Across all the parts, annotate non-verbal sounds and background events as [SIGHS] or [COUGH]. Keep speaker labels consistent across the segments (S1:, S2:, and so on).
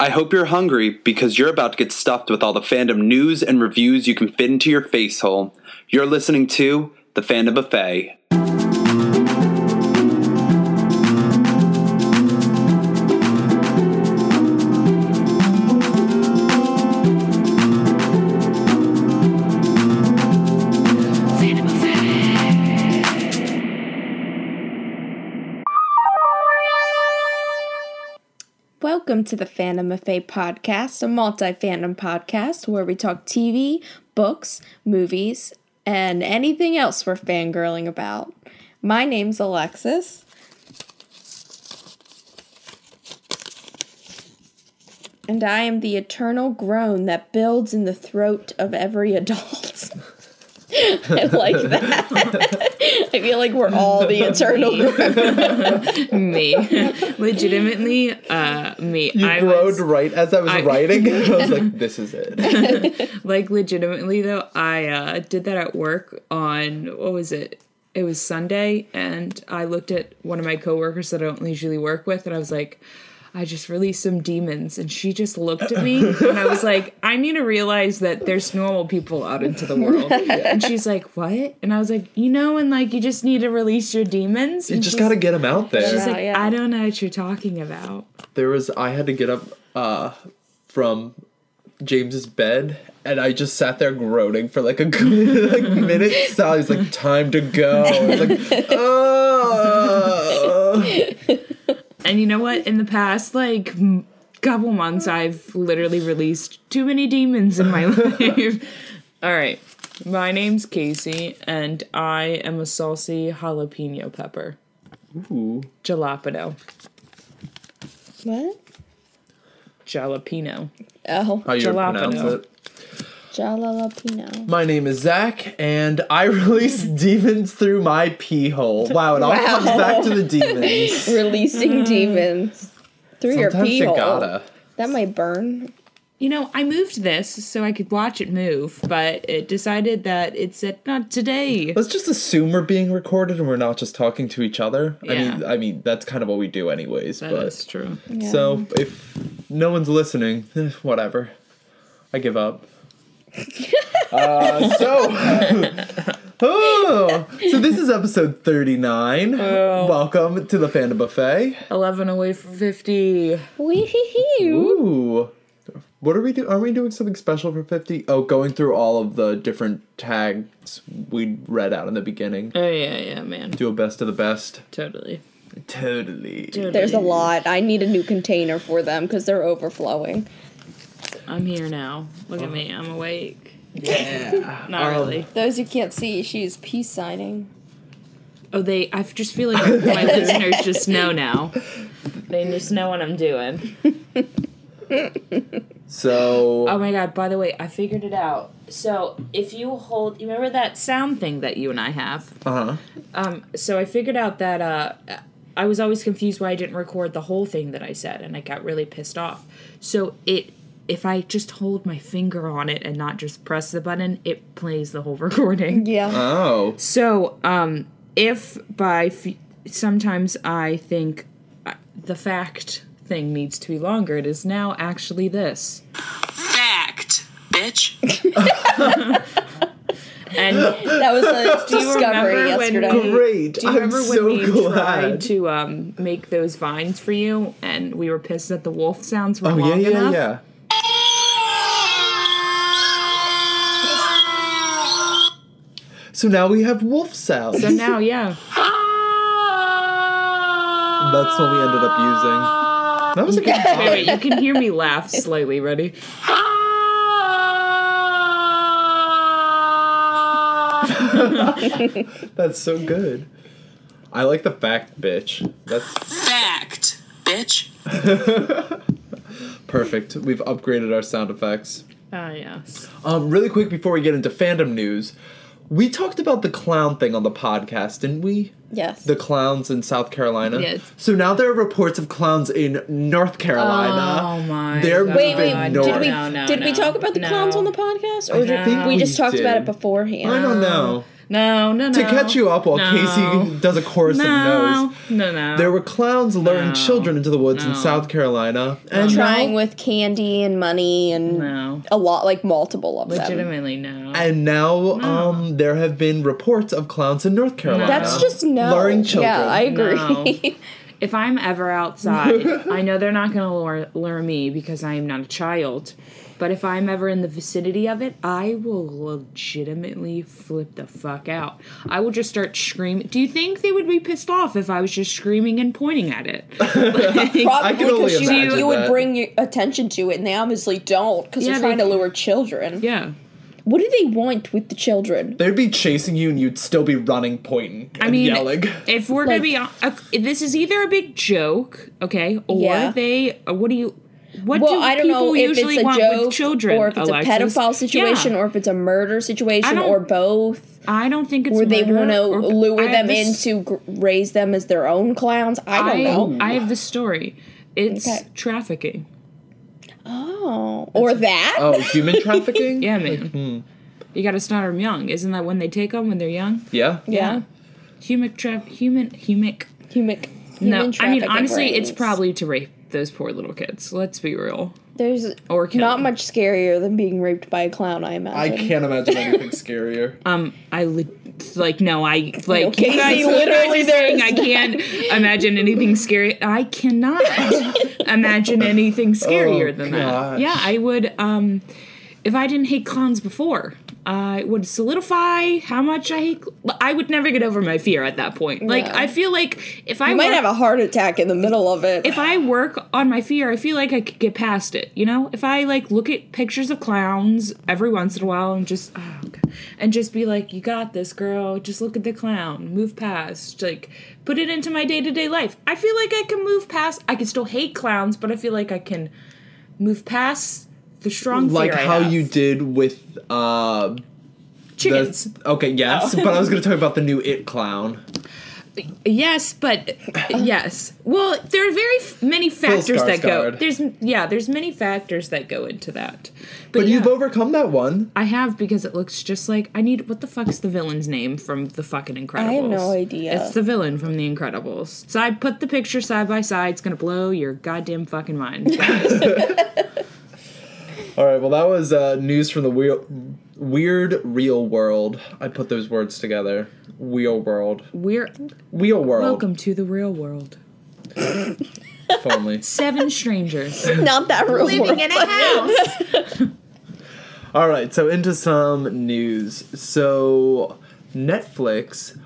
S1: I hope you're hungry because you're about to get stuffed with all the fandom news and reviews you can fit into your face hole. You're listening to The Fandom Buffet.
S2: Welcome to the Phantom of Fate podcast, a multi fandom podcast where we talk TV, books, movies, and anything else we're fangirling about. My name's Alexis. And I am the eternal groan that builds in the throat of every adult. [LAUGHS] I like that. [LAUGHS] I feel like we're all the eternal groan.
S3: me. Legitimately, uh, me.
S4: You
S3: I
S4: groaned
S3: was
S4: right as I was
S3: I-
S4: writing. I
S2: [LAUGHS]
S4: was like, this is
S3: [LAUGHS]
S4: it.
S3: like legitimately though. I uh, did that at work on what was it? It was Sunday, and I looked at one of my coworkers that I don't usually work with, and I was like. I just released some demons, and she just looked at me, and I was like, "I need to realize that there's normal people out into the world." And she's like, "What?" And I was like, "You know, and like you just need to release your demons."
S4: You
S3: And
S4: just
S3: she's-
S4: gotta get them out there.
S3: She's
S2: Yeah,
S3: like,
S2: yeah.
S3: "I don't know what you're talking about."
S4: there was I had to get up uh from James's bed and I just sat there groaning for like a good [LAUGHS] like minute. Sally's like, time to go. I
S2: [LAUGHS]
S4: was like, oh
S3: And you know what? In the past, like m- couple months, I've literally released too many demons in my [LAUGHS] life. All right, my name's Casey, and I am a salty jalapeno pepper
S4: Ooh.
S3: jalapeno
S2: What?
S3: jalapeno.
S2: Oh,
S4: How you would pronounce
S3: Jalapeno.
S4: it.
S2: Jalapeno.
S4: My name is Zach and I [LAUGHS] release demons through my pee hole. Wow, it all comes back to the demons.
S3: Mm.
S2: releasing demons through your
S4: Sometimes
S2: pee
S4: you
S2: hole.
S4: gotta.
S2: That might burn.
S3: You know, I moved this so I could watch it move, but it decided that it said not today.
S4: Let's just assume we're being recorded and we're not just talking to each other. I mean,
S3: Yeah.
S4: I mean that's kind of what we do, anyways.
S3: That
S4: but
S3: is true.
S2: Yeah.
S4: so if no one's listening, eh, whatever. I give up. uh, so, oh, so this is episode thirty-nine.
S3: Oh.
S4: Welcome to the Panda Buffet.
S3: Eleven away from fifty. Oh,
S2: Wee-hee-hee.
S4: Ooh, what are we doing? Are we doing something special for fifty? Oh, going through all of the different tags we read out in the beginning.
S3: Oh yeah, yeah, man,
S4: Do a best of the best.
S3: totally.
S4: Totally.
S2: There's a lot. I need a new container for them because they're overflowing.
S3: I'm here now. Look at me. I'm awake.
S4: Yeah.
S3: Not really.
S2: Those you can't see, she's peace signing.
S3: Oh, they. I just feel like my listeners just know now. They just know what I'm doing.
S4: So
S3: Oh my god! By the way, I figured it out. So if you hold, you remember that sound thing that you and I have.
S4: uh-huh.
S3: Um. So I figured out that uh, I was always confused why I didn't record the whole thing that I said, and I got really pissed off. So it. If I just hold my finger on it and not just press the button, it plays the whole [LAUGHS] recording.
S2: Yeah.
S4: Oh.
S3: So, um, if by f- sometimes I think uh, the fact thing needs to be longer, it is now actually this.
S5: fact,
S2: [LAUGHS]
S5: bitch.
S3: And [LAUGHS] do
S2: that was a
S3: you remember
S2: discovery yesterday.
S3: when we,
S4: Great.
S3: Do you
S4: I'm
S3: remember when
S4: so
S3: we
S4: glad.
S3: tried to um, make those vines for you, and we were pissed that the wolf sounds were
S4: Oh yeah,
S3: long
S4: yeah,
S3: enough?
S4: yeah. So now we have wolf sounds.
S3: So now, yeah,
S4: That's what we ended up using. That was
S3: [LAUGHS]
S4: a good
S3: wait,
S4: time.
S3: wait, you can hear me laugh slightly. Ready?
S4: That's so good. I like the fact, bitch. That's
S5: fact, bitch.
S4: perfect. We've upgraded our sound effects.
S3: Oh yes.
S4: Um, really quick before we get into fandom news, we talked about the clown thing on the podcast, didn't we?
S2: yes.
S4: the clowns in South Carolina.
S3: Yes.
S4: So now there are reports of clowns in North Carolina.
S3: Oh my.
S4: They're
S3: God.
S2: wait, wait.
S4: Did
S2: did we
S3: No, no,
S2: did we
S3: no,
S2: talk about the
S3: no.
S2: clowns on the podcast, or
S4: I
S2: did
S4: think
S2: we
S4: we
S2: just talked about
S4: did.
S2: it beforehand?
S4: I don't know.
S3: No, no, no.
S4: To catch you up while
S3: No.
S4: Casey [LAUGHS] does a chorus
S3: no,
S4: of no's.
S3: No, no.
S4: There were clowns luring
S3: No.
S4: children into the woods in
S3: No.
S4: South Carolina. And
S2: Trying
S4: now,
S2: with candy and money and
S3: no.
S2: a lot, like multiple of them.
S3: Legitimately, no.
S4: and now um, there have been reports of clowns in North Carolina.
S2: That's just no.
S4: Luring children.
S2: Yeah, I agree. [LAUGHS]
S3: No. if I'm ever
S4: [LAUGHS]
S3: outside, I know they're not going to lure, lure me because I am not a child. But if I'm ever in the vicinity of it, I will legitimately flip the fuck out. I will just start screaming. Do you think they would be pissed off if I was just screaming and pointing at
S4: [LAUGHS]
S3: it?
S4: I
S2: Probably
S4: can only
S2: because you,
S4: imagine
S2: you would
S4: that.
S2: bring your attention to it, and they obviously don't because
S3: Yeah,
S2: they're trying
S3: they-
S2: to lure children.
S3: Yeah.
S2: What do they want with the children?
S4: They'd be chasing you and you'd still be running, pointing, and
S3: I mean,
S4: yelling.
S3: if we're
S2: Like-
S3: gonna be, hon- uh, this is either a big joke, okay, or
S2: Yeah.
S3: they. uh, What do you? What
S2: Well,
S3: do
S2: I don't
S3: people
S2: know if
S3: usually
S2: it's a
S3: want
S2: joke
S3: with children,
S2: or if it's
S3: Alexis?
S2: a pedophile situation
S3: Yeah.
S2: or if it's a murder situation
S3: don't-
S2: or both,
S3: I don't think it's
S2: or they
S3: murder
S2: want to
S3: or-
S2: lure
S3: I have
S2: them
S3: this-
S2: into gr- raise them as their own clowns. I don't know.
S3: I have the story. It's
S2: Okay.
S3: trafficking.
S2: Oh, or that.
S4: oh, human
S3: [LAUGHS]
S4: trafficking?
S3: Yeah, man.
S4: Hmm.
S3: You got to start them young. Isn't that when they take them when they're young?
S4: Yeah.
S2: yeah.
S3: Human trap. Human. Humic.
S2: [LAUGHS] Human.
S3: No,
S2: human
S3: I mean
S2: trafficking
S3: honestly, it's
S2: rings.
S3: probably to rape those poor little kids. Let's be real.
S2: there's
S3: Or kill
S2: not
S3: them.
S2: much scarier than being raped by a clown. I
S4: I
S2: imagine.
S4: can't imagine anything
S3: [LAUGHS]
S4: scarier.
S3: Um, I li- like no, I like
S2: Okay,
S3: you guys.
S2: see,
S3: you guys are
S2: literally
S3: saying
S2: there's
S3: I can't imagine anything scary. I
S2: [LAUGHS]
S3: cannot imagine anything scarier
S4: Oh,
S3: than
S4: gosh.
S3: that. Yeah, I would. Um, if I didn't hate clowns before, I would solidify how much I hate. Cl- I would never get over my fear at that point. Like
S2: No.
S3: I feel like if I
S2: You might
S3: were-
S2: have a heart attack in the middle of it.
S3: if I work on my fear, I feel like I could get past it. You know, if I like look at pictures of clowns every once in a while and just oh, God, and just be like, "You got this, girl. Just look at the clown, move past." Like, put it into my day to day life. I feel like I can move past. I can still hate clowns, but I feel like I can move past the strong
S4: like
S3: fear I
S4: how
S3: have.
S4: you did with uh
S3: chickens. Oh.
S4: the okay yes but i was gonna talk about the new it clown
S3: Yes,
S4: [LAUGHS]
S3: but yes. Well, there are very f- many factors that go.
S4: Skarsgård.
S3: There's yeah, there's many factors that go into that. But,
S4: but
S3: yeah.
S4: you've overcome that one
S3: I have because it looks just like I need. What the fuck's the villain's name from the fucking Incredibles?
S2: I have no idea.
S3: It's the villain from the Incredibles. So I put the picture side by side. It's gonna blow your goddamn fucking mind.
S2: [LAUGHS]
S4: all right well that was uh news from the wheel weird real world i put those words together wheel world
S3: We're
S4: wheel world
S3: welcome to the real world.
S4: if only
S2: [LAUGHS]
S3: Seven strangers
S2: not that real world.
S3: in a house.
S4: all right so into some news so netflix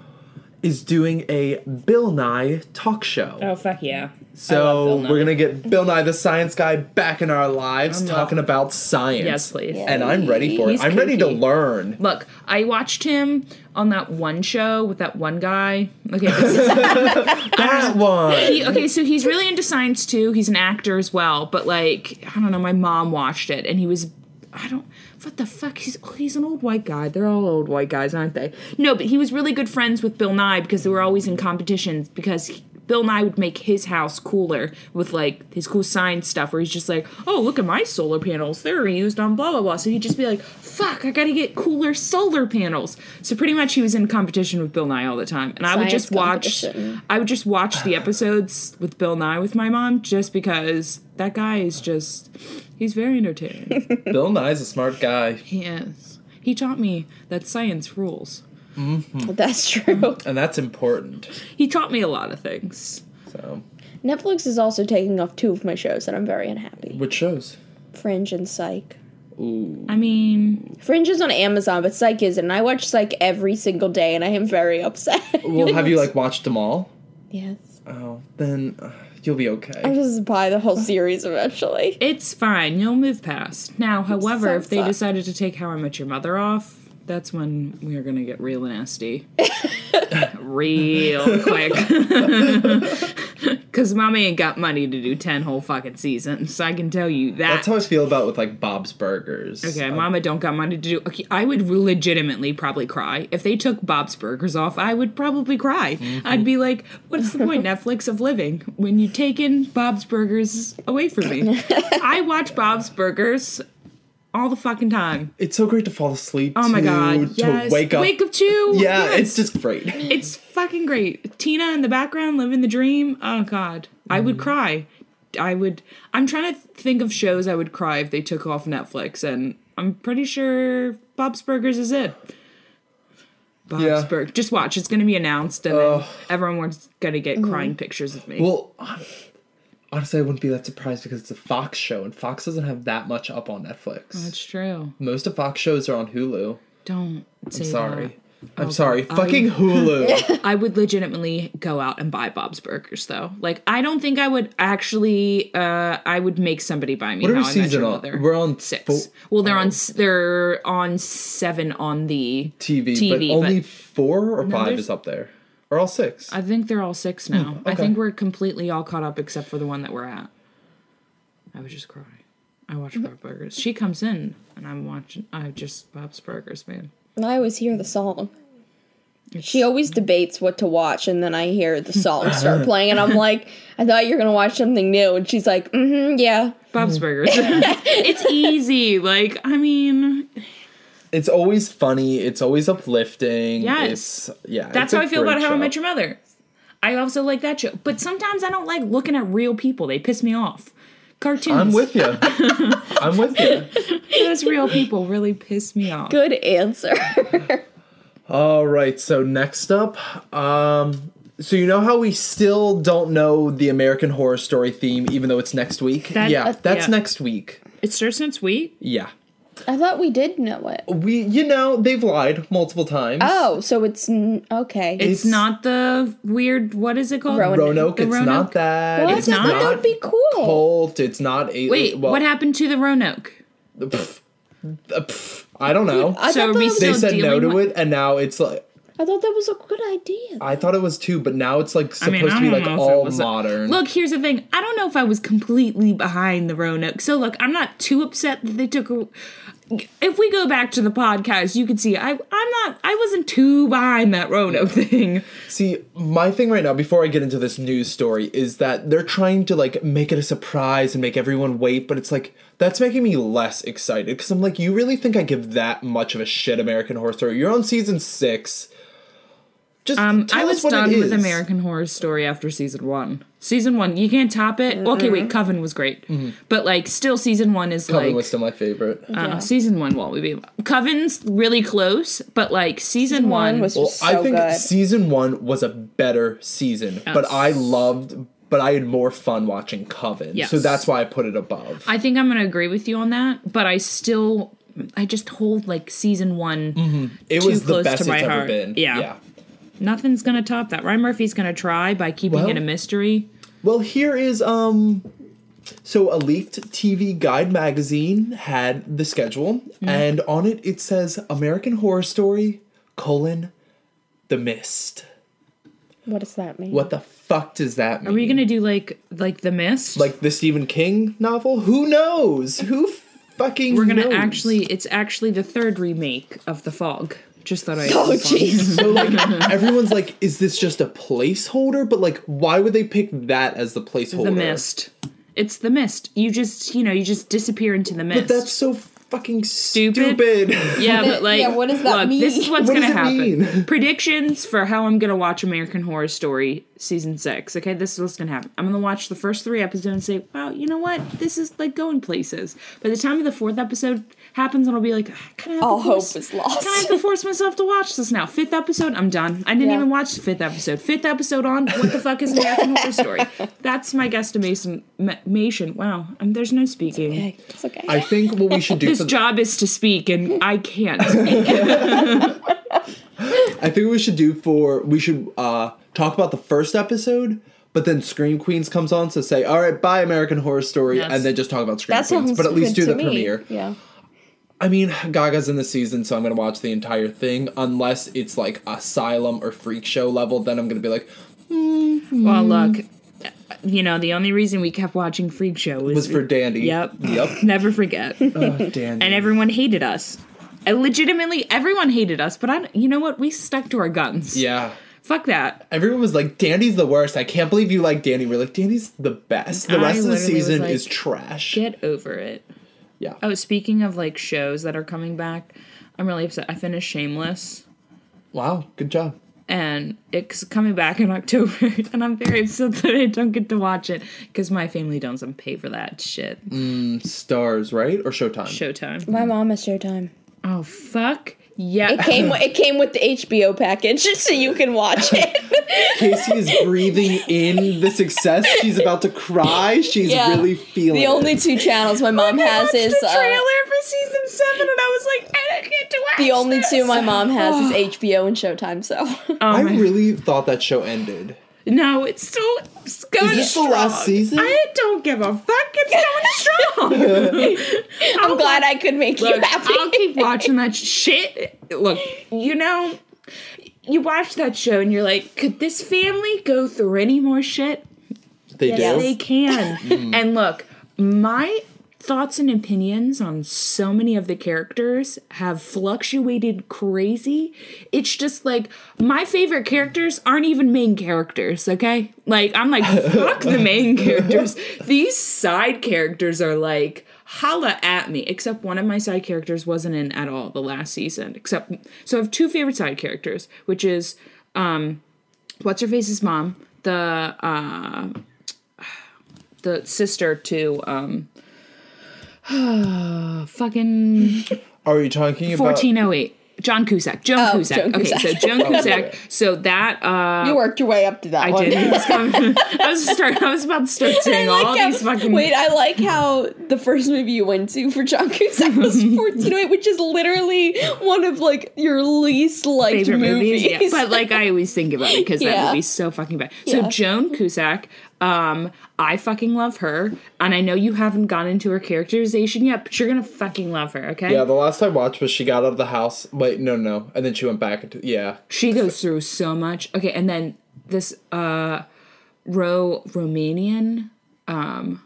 S4: is doing a bill nye talk show
S3: Oh fuck yeah!
S4: So
S3: Bill Nye.
S4: we're gonna get Bill Nye the Science Guy back in our lives,
S3: I'm
S4: talking about science.
S3: Yes, please.
S4: And I'm ready for it.
S3: He's
S4: I'm ready to
S3: kooky. [LAUGHS]
S4: learn.
S3: Look, I watched him on that one show with that one guy. Okay, this is- [LAUGHS]
S4: That one.
S3: he- okay, so he's really into science too. He's an actor as well, but like I don't know, my mom watched it and he was I don't what the fuck he's oh, he's an old white guy. They're all old white guys, aren't they? No, but he was really good friends with Bill Nye because they were always in competitions because he- Bill Nye would make his house cooler with like his cool science stuff where he's just like, "Oh, look at my solar panels. They're reused on blah blah blah." So he'd just be like, "Fuck, I got to get cooler solar panels." So pretty much he was in competition with Bill Nye all the time. And I would
S2: Science
S3: just watch
S2: competition.
S3: I would just watch the episodes with Bill Nye with my mom just because that guy is just he's
S2: [LAUGHS]
S3: very entertaining.
S4: Bill Nye's a smart guy,
S3: he is. He taught me that science rules.
S2: [LAUGHS] That's true.
S4: and that's important.
S3: He taught me a lot of things.
S4: So,
S2: Netflix is also taking off two of my shows, and I'm very unhappy.
S4: which shows?
S2: Fringe and Psych.
S4: Ooh,
S3: I mean,
S2: Fringe is on Amazon, but Psych isn't. And I watch Psych every single day, and I am very upset. [LAUGHS]
S4: well, have you like watched them all?
S2: yes.
S4: Oh, then uh, you'll be
S2: I
S4: okay.
S2: just buy the whole series eventually.
S3: it's fine. You'll move past. Now, however,
S2: So
S3: if they
S2: fucked.
S3: decided to take How I Met Your Mother off, that's when we are going to get real
S2: [LAUGHS]
S3: nasty. real quick. [LAUGHS] Because mommy ain't got money to do 10 whole fucking seasons. I can tell you that.
S4: That's how I feel about with like Bob's Burgers.
S3: Okay, Mama don't got money to do. Okay, I would legitimately probably cry if they took Bob's Burgers off. I would probably cry.
S4: Mm-hmm.
S3: I'd be like, "What's the point, Netflix, of living when you
S4: [LAUGHS]
S3: taken Bob's Burgers away from me?" I watch Bob's Burgers all the fucking time.
S4: It's so great to fall asleep.
S3: Oh my
S4: to,
S3: god.
S4: To
S3: yes.
S4: wake up.
S3: Wake up too.
S4: Yeah,
S3: Yes.
S4: it's
S3: [LAUGHS]
S4: just great.
S3: It's fucking great. Tina in the background living the dream. Oh god. I
S4: Mm.
S3: would cry. I would I'm trying to think of shows I would cry if they took off Netflix and I'm pretty sure Bob's Burgers is it. Bob's
S4: Yeah.
S3: Burgers. Just watch. It's going to be announced and
S4: Ugh.
S3: then everyone's going to get crying pictures of me.
S4: Well, hon- honestly, I wouldn't be that surprised because it's a Fox show, and Fox doesn't have that much up on Netflix.
S3: That's true.
S4: Most of Fox shows are on Hulu.
S3: Don't say that.
S4: I'm sorry. I'm sorry.
S3: Um, [LAUGHS]
S4: Fucking Hulu.
S3: I would legitimately go out and buy Bob's Burgers though. Like I don't think I would actually. Uh, I would make somebody buy me.
S4: What are
S3: how
S4: we
S3: I Met
S4: season
S3: Your
S4: on?
S3: Mother.
S4: We're on oh.
S3: six.
S4: fo-
S3: well, they're on. s- They're on seven on the
S4: TV, but
S3: TV,
S4: only four or five
S3: there's-
S4: is up there, or all six.
S3: I think they're all six now. I
S4: Hmm, okay.
S3: think we're completely all caught up except for the one that we're at. I was just crying. I watch Bob's Burgers. She comes in and I'm watching. I just Bob's Burgers, man.
S2: I always hear the song. She always debates what to watch, and then I hear the song [LAUGHS] start playing, and I'm like, I thought you were going to watch something new. And she's like, mm hmm, yeah.
S3: Bob's Burgers. [LAUGHS] it's easy. Like I mean,
S4: it's always funny. It's always uplifting.
S3: Yes.
S4: It's, yeah.
S3: That's
S4: it's a
S3: how I feel about
S4: great
S3: How I
S4: show.
S3: Met Your Mother. I also like that show, but sometimes I don't like looking at real people. They piss me off. Cartoons.
S4: I'm
S3: [LAUGHS]
S4: with you. I'm with you.
S3: those real people. Really piss me off.
S2: Good answer. [LAUGHS]
S4: All right, so next up, um, so you know how we still don't know the American Horror Story theme, even though it's next week.
S3: That- uh,
S4: yeah, that's
S3: yeah.
S4: next week.
S3: It starts next week.
S4: Yeah,
S2: I thought we did know it.
S4: we, you know, they've lied multiple times.
S2: Oh, so it's n- okay.
S3: It's,
S4: It's-
S3: not the weird. What is it called?
S2: Roanoke.
S4: Roanoke,
S3: The
S4: it's
S3: Roanoke.
S4: not that.
S2: Well, I
S4: it's
S2: thought
S3: not-
S2: that would be cool.
S4: Cult. It's not a.
S3: Wait,
S4: well,
S3: what happened to the Roanoke?
S4: pff, uh, pff, I don't know.
S2: I,
S3: So
S2: thought
S3: are we
S2: that was,
S4: they
S3: still-
S4: said no
S3: dealing
S4: to
S3: with-
S4: it, and now it's like
S2: I thought that was a good idea.
S4: I thought it was two, but now it's like
S3: I
S4: supposed
S3: mean, I
S4: to be
S3: don't
S4: like
S3: know if it
S4: all
S3: was a-
S4: modern.
S3: Look, here's the thing. I don't know if I was completely behind the Roanoke. So look, I'm not too upset that they took. A, if we go back to the podcast, you can see I I'm not I wasn't too behind that Roanoke [LAUGHS] thing.
S4: See, my thing right now, before I get into this news story, is that they're trying to like make it a surprise and make everyone wait, but it's like that's making me less excited because I'm like, you really think I give that much of a shit American Horror Story? You're on season six. Just
S3: Um,
S4: tell
S3: I was
S4: us what it
S3: done with
S4: is.
S3: American Horror Story after season one. Season one, you can't top it. Okay, wait, Coven was great, but like still, season one is
S4: Mm-hmm. Coven
S3: like
S4: was still my favorite.
S3: uh, season one. Won't we be Coven's really close, but like season, one,
S2: One was
S4: well,
S2: just
S4: I
S2: so
S4: think
S2: good.
S4: season one was a better season, but
S3: Yes.
S4: I loved, but I had more fun watching Coven,
S3: Yes.
S4: so that's why I put it above.
S3: I think I'm gonna agree with you on that, but I still I just hold like season one.
S4: Mm-hmm. it
S3: too
S4: was the
S3: close to
S4: best it's
S3: my
S4: ever
S3: heart.
S4: been.
S3: Yeah.
S4: yeah.
S3: Nothing's gonna top that. Ryan Murphy's gonna try by keeping
S4: Well-
S3: it a mystery.
S4: Well, here is um so a leaked TV guide magazine had the schedule
S3: Mm-hmm.
S4: and on it it says American Horror Story: colon The Mist.
S2: what does that mean?
S4: What the fuck does that mean?
S3: Are you gonna do like like the mist?
S4: like the Stephen King novel? Who knows? Who fucking
S3: we're gonna
S4: knows? [LAUGHS]
S3: actually it's actually the third remake of the fog. Just thought
S4: [LAUGHS]
S3: I
S2: Oh, jeez.
S4: so like
S3: [LAUGHS]
S4: everyone's like, is this just a placeholder? But like, why would they pick that as the placeholder?
S3: the mist. It's the mist. You just you know you just disappear into the mist.
S4: But that's so fucking
S3: Stupid.
S4: stupid.
S3: [LAUGHS] yeah, but like,
S2: yeah, what does that
S3: look, This is
S2: mean?
S3: what's
S4: What
S3: gonna
S4: does
S3: happen.
S4: it mean? [LAUGHS]
S3: Predictions for how I'm gonna watch American Horror Story season six. Okay, this is what's gonna happen. I'm gonna watch the first three episodes and say, "Wow, you know what? This is like going places." By the time the fourth episode happens, I'll be like, "Ah, "I kind of
S2: All
S3: to force,
S2: hope is lost."
S3: Kind of have to force myself to watch this now. Fifth episode, I'm done. I didn't
S2: Yeah.
S3: even watch the fifth episode. Fifth episode on. What the fuck is American
S2: [LAUGHS]
S3: Horror Story? That's my guesstimation. ma- Mation. Wow, and there's no speaking.
S2: Okay, it's okay.
S4: I think what we should do
S3: This
S4: for
S3: job is to speak, and I can't.
S4: I think we should do for we should uh talk about the first episode, but then Scream Queens comes on, so say, all right, bye American Horror Story,
S3: Yes.
S4: and then just talk about Scream
S2: that sounds
S4: Queens. But at least
S2: good
S4: do
S2: to
S4: the
S2: me.
S4: premiere.
S2: Yeah.
S4: I mean, Gaga's in the season, so I'm gonna watch the entire thing, unless it's like Asylum or Freak Show level, then I'm gonna be like,
S3: Well, look, you know, the only reason we kept watching Freak Show was,
S4: was for Dandy.
S3: Yep.
S4: Yep.
S3: Never forget. [LAUGHS] and
S4: Oh, Dandy.
S3: everyone hated us. I legitimately, everyone hated us, but I, you know what? We stuck to our guns.
S4: yeah.
S3: Fuck that.
S4: Everyone was like, Dandy's the worst. I can't believe you like Dandy. We're like, Dandy's the best. The
S3: I
S4: rest of the
S3: literally was
S4: season
S3: like,
S4: is trash.
S3: Get over it.
S4: Yeah.
S3: Oh, speaking of like shows that are coming back, I'm really upset. I finished Shameless
S4: Wow. Good job.
S3: and it's coming back in [LAUGHS] October, and I'm very upset that I don't get to watch it because my family doesn't pay for that shit.
S4: Mm. Stars, right? Or Showtime?
S3: Showtime.
S2: My mom has Showtime.
S3: Oh fuck
S2: It
S3: yeah!
S2: [LAUGHS] came. It came with the HBO package, [LAUGHS] so you can watch it. [LAUGHS]
S4: Casey is breathing in the success. She's about to cry. She's
S2: Yeah.
S4: really feeling
S2: the
S4: it.
S2: only two channels my mom
S3: I
S2: has
S3: watched
S2: is
S3: the trailer
S2: uh,
S3: for season seven, and I was like, I don't get to watch.
S2: the only
S3: this.
S2: two my mom has
S3: [SIGHS]
S2: is HBO and Showtime. So
S3: [GASPS] Oh,
S4: I
S3: my-
S4: really thought that show ended.
S3: no, it's still it's going
S4: Is this the
S3: strong.
S4: last season?
S3: I don't give a fuck. [LAUGHS] It's going
S2: [LAUGHS]
S3: strong.
S2: I'm glad I could make you
S3: Look,
S2: happy.
S3: I'll keep watching that shit. Look, you know, you watch that show and you're like, could this family go through any more shit?
S4: They do.
S3: They can. and look, my thoughts and opinions on so many of the characters have fluctuated crazy. It's just like my favorite characters aren't even main characters, okay? Like I'm like fuck the main characters. These side characters are like holla at me except one of my side characters wasn't in at all the last season except so i have two favorite side characters which is um what's her face's mom the uh the sister to um [SIGHS] fucking
S4: Are you talking about?
S3: 1408 John Cusack. Joan
S2: Oh,
S3: Cusack.
S2: Joan
S3: okay,
S2: Cusack.
S3: so Joan
S4: yeah.
S3: Cusack. So that uh
S2: [LAUGHS] you worked your way up to that
S3: I
S2: one.
S3: did. I was,
S4: [LAUGHS]
S3: coming- I was start, I was about to start
S2: [LAUGHS]
S3: saying
S2: I
S3: all
S2: like how-
S3: these fucking
S2: Wait, I like how the first movie you went to for John Cusack [LAUGHS] was 1408, which is literally one of like your least liked
S3: favorite movies.
S2: movies.
S3: Yeah. But like I always think about it because
S2: Yeah.
S3: that movie's so fucking bad.
S2: Yeah.
S3: So Joan Cusack, um, I fucking love her, and I know you haven't gone into her characterization yet, but you're gonna fucking love her, okay?
S4: Yeah, the last I watched was she got out of the house. Wait, no, no, and then she went back into. Yeah,
S3: she goes through so much okay and then this uh ro romanian um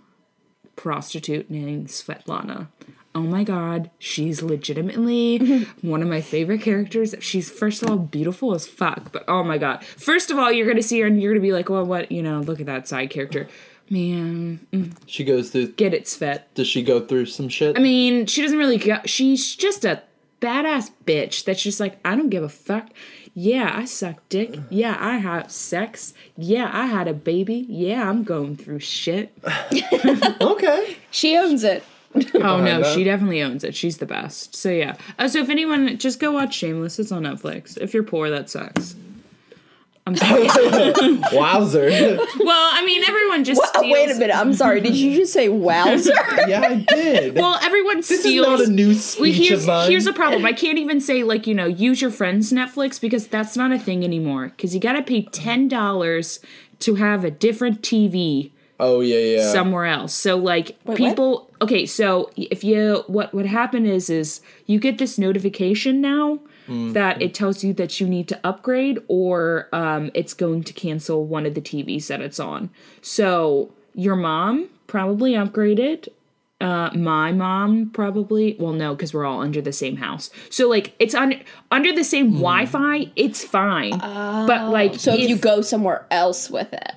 S3: prostitute named svetlana oh my god she's legitimately one of my favorite characters she's first of all beautiful as fuck but oh my god first of all you're gonna see her and you're gonna be like well what you know look at that side character man
S4: she goes through.
S3: get it svet
S4: Does she go through some shit?
S3: I mean, she doesn't really go. She's just a badass bitch that's just like, I don't give a fuck. Yeah, I suck dick. Yeah, I have sex. Yeah, I had a baby. Yeah, I'm going through
S4: [LAUGHS]
S3: shit.
S4: okay.
S2: [LAUGHS] She owns it.
S3: Oh no,
S4: that.
S3: she definitely owns it. She's the best. So yeah. Uh, so if anyone, just go watch Shameless. It's on Netflix. If you're poor, that sucks. I'm sorry.
S4: Wowzer. [LAUGHS]
S3: well, I mean, everyone just
S4: Oh,
S2: What-
S3: steals.
S2: uh, wait a minute, I'm sorry. Did you just say [LAUGHS] wowzer?
S4: yeah, I did.
S3: Well, everyone
S4: this is
S3: steals.
S4: not a new speech
S3: Well, here's,
S4: of mine.
S3: here's a problem. I can't even say like you know use your friend's Netflix because that's not a thing anymore. Because you got to pay ten dollars to have a different TV
S4: oh yeah, yeah.
S3: somewhere else. So like
S2: what?
S3: people, okay. So if you what what happened is is you get this notification now that it tells you that you need to upgrade or um, it's going to cancel one of the TVs that it's on. So your mom probably upgraded uh, my mom probably well no because we're all under the same house so like it's on under the same wi-fi it's fine but like
S2: so if you go somewhere else with it.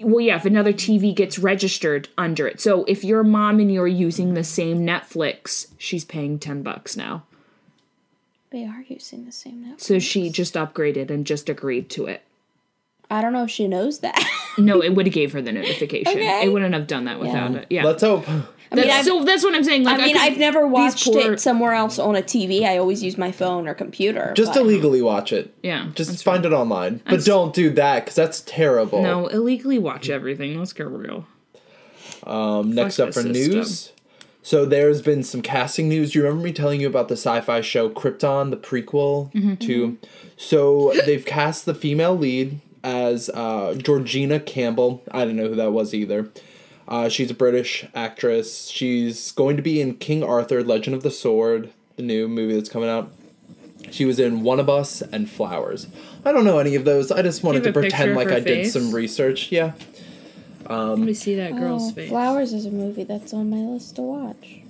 S3: well yeah if another tv gets registered under it so if your mom and you're using the same netflix she's paying 10 bucks now
S2: They are using the same network.
S3: so she just upgraded and just agreed to it
S2: I don't know if she knows that. [LAUGHS]
S3: no it would have gave her the notification
S2: Okay.
S3: it wouldn't have done that without it yeah
S4: Let's hope.
S2: I mean,
S3: That's-
S2: I've,
S3: so that's what i'm saying like
S2: I mean,
S3: could-
S2: I've never
S3: these
S2: watched
S3: poor-
S2: it somewhere else on a TV. I always use my phone or computer.
S4: Just
S2: but-
S4: illegally watch it.
S3: yeah
S4: Just find it online, but don't do that because that's terrible.
S3: no illegally watch everything let's get real
S4: Um, next
S3: Fuck
S4: up for
S3: the system.
S4: news. So there's been some casting news. You remember me telling you about the sci-fi show Krypton, the prequel
S3: Mm-hmm,
S4: to. So they've cast the female lead as uh, Georgina Campbell. I don't know who that was either. Uh, she's a British actress. She's going to be in King Arthur: Legend of the Sword, the new movie that's coming out. She was in One of Us and Flowers. I don't know any of those. I just wanted
S3: Do
S4: to
S3: you have a picture
S4: pretend
S3: of
S4: like
S3: her
S4: I did
S3: face?
S4: some research. Yeah.
S3: let me see that girl's
S2: Oh,
S3: face
S2: Flowers is a movie that's on my list to watch.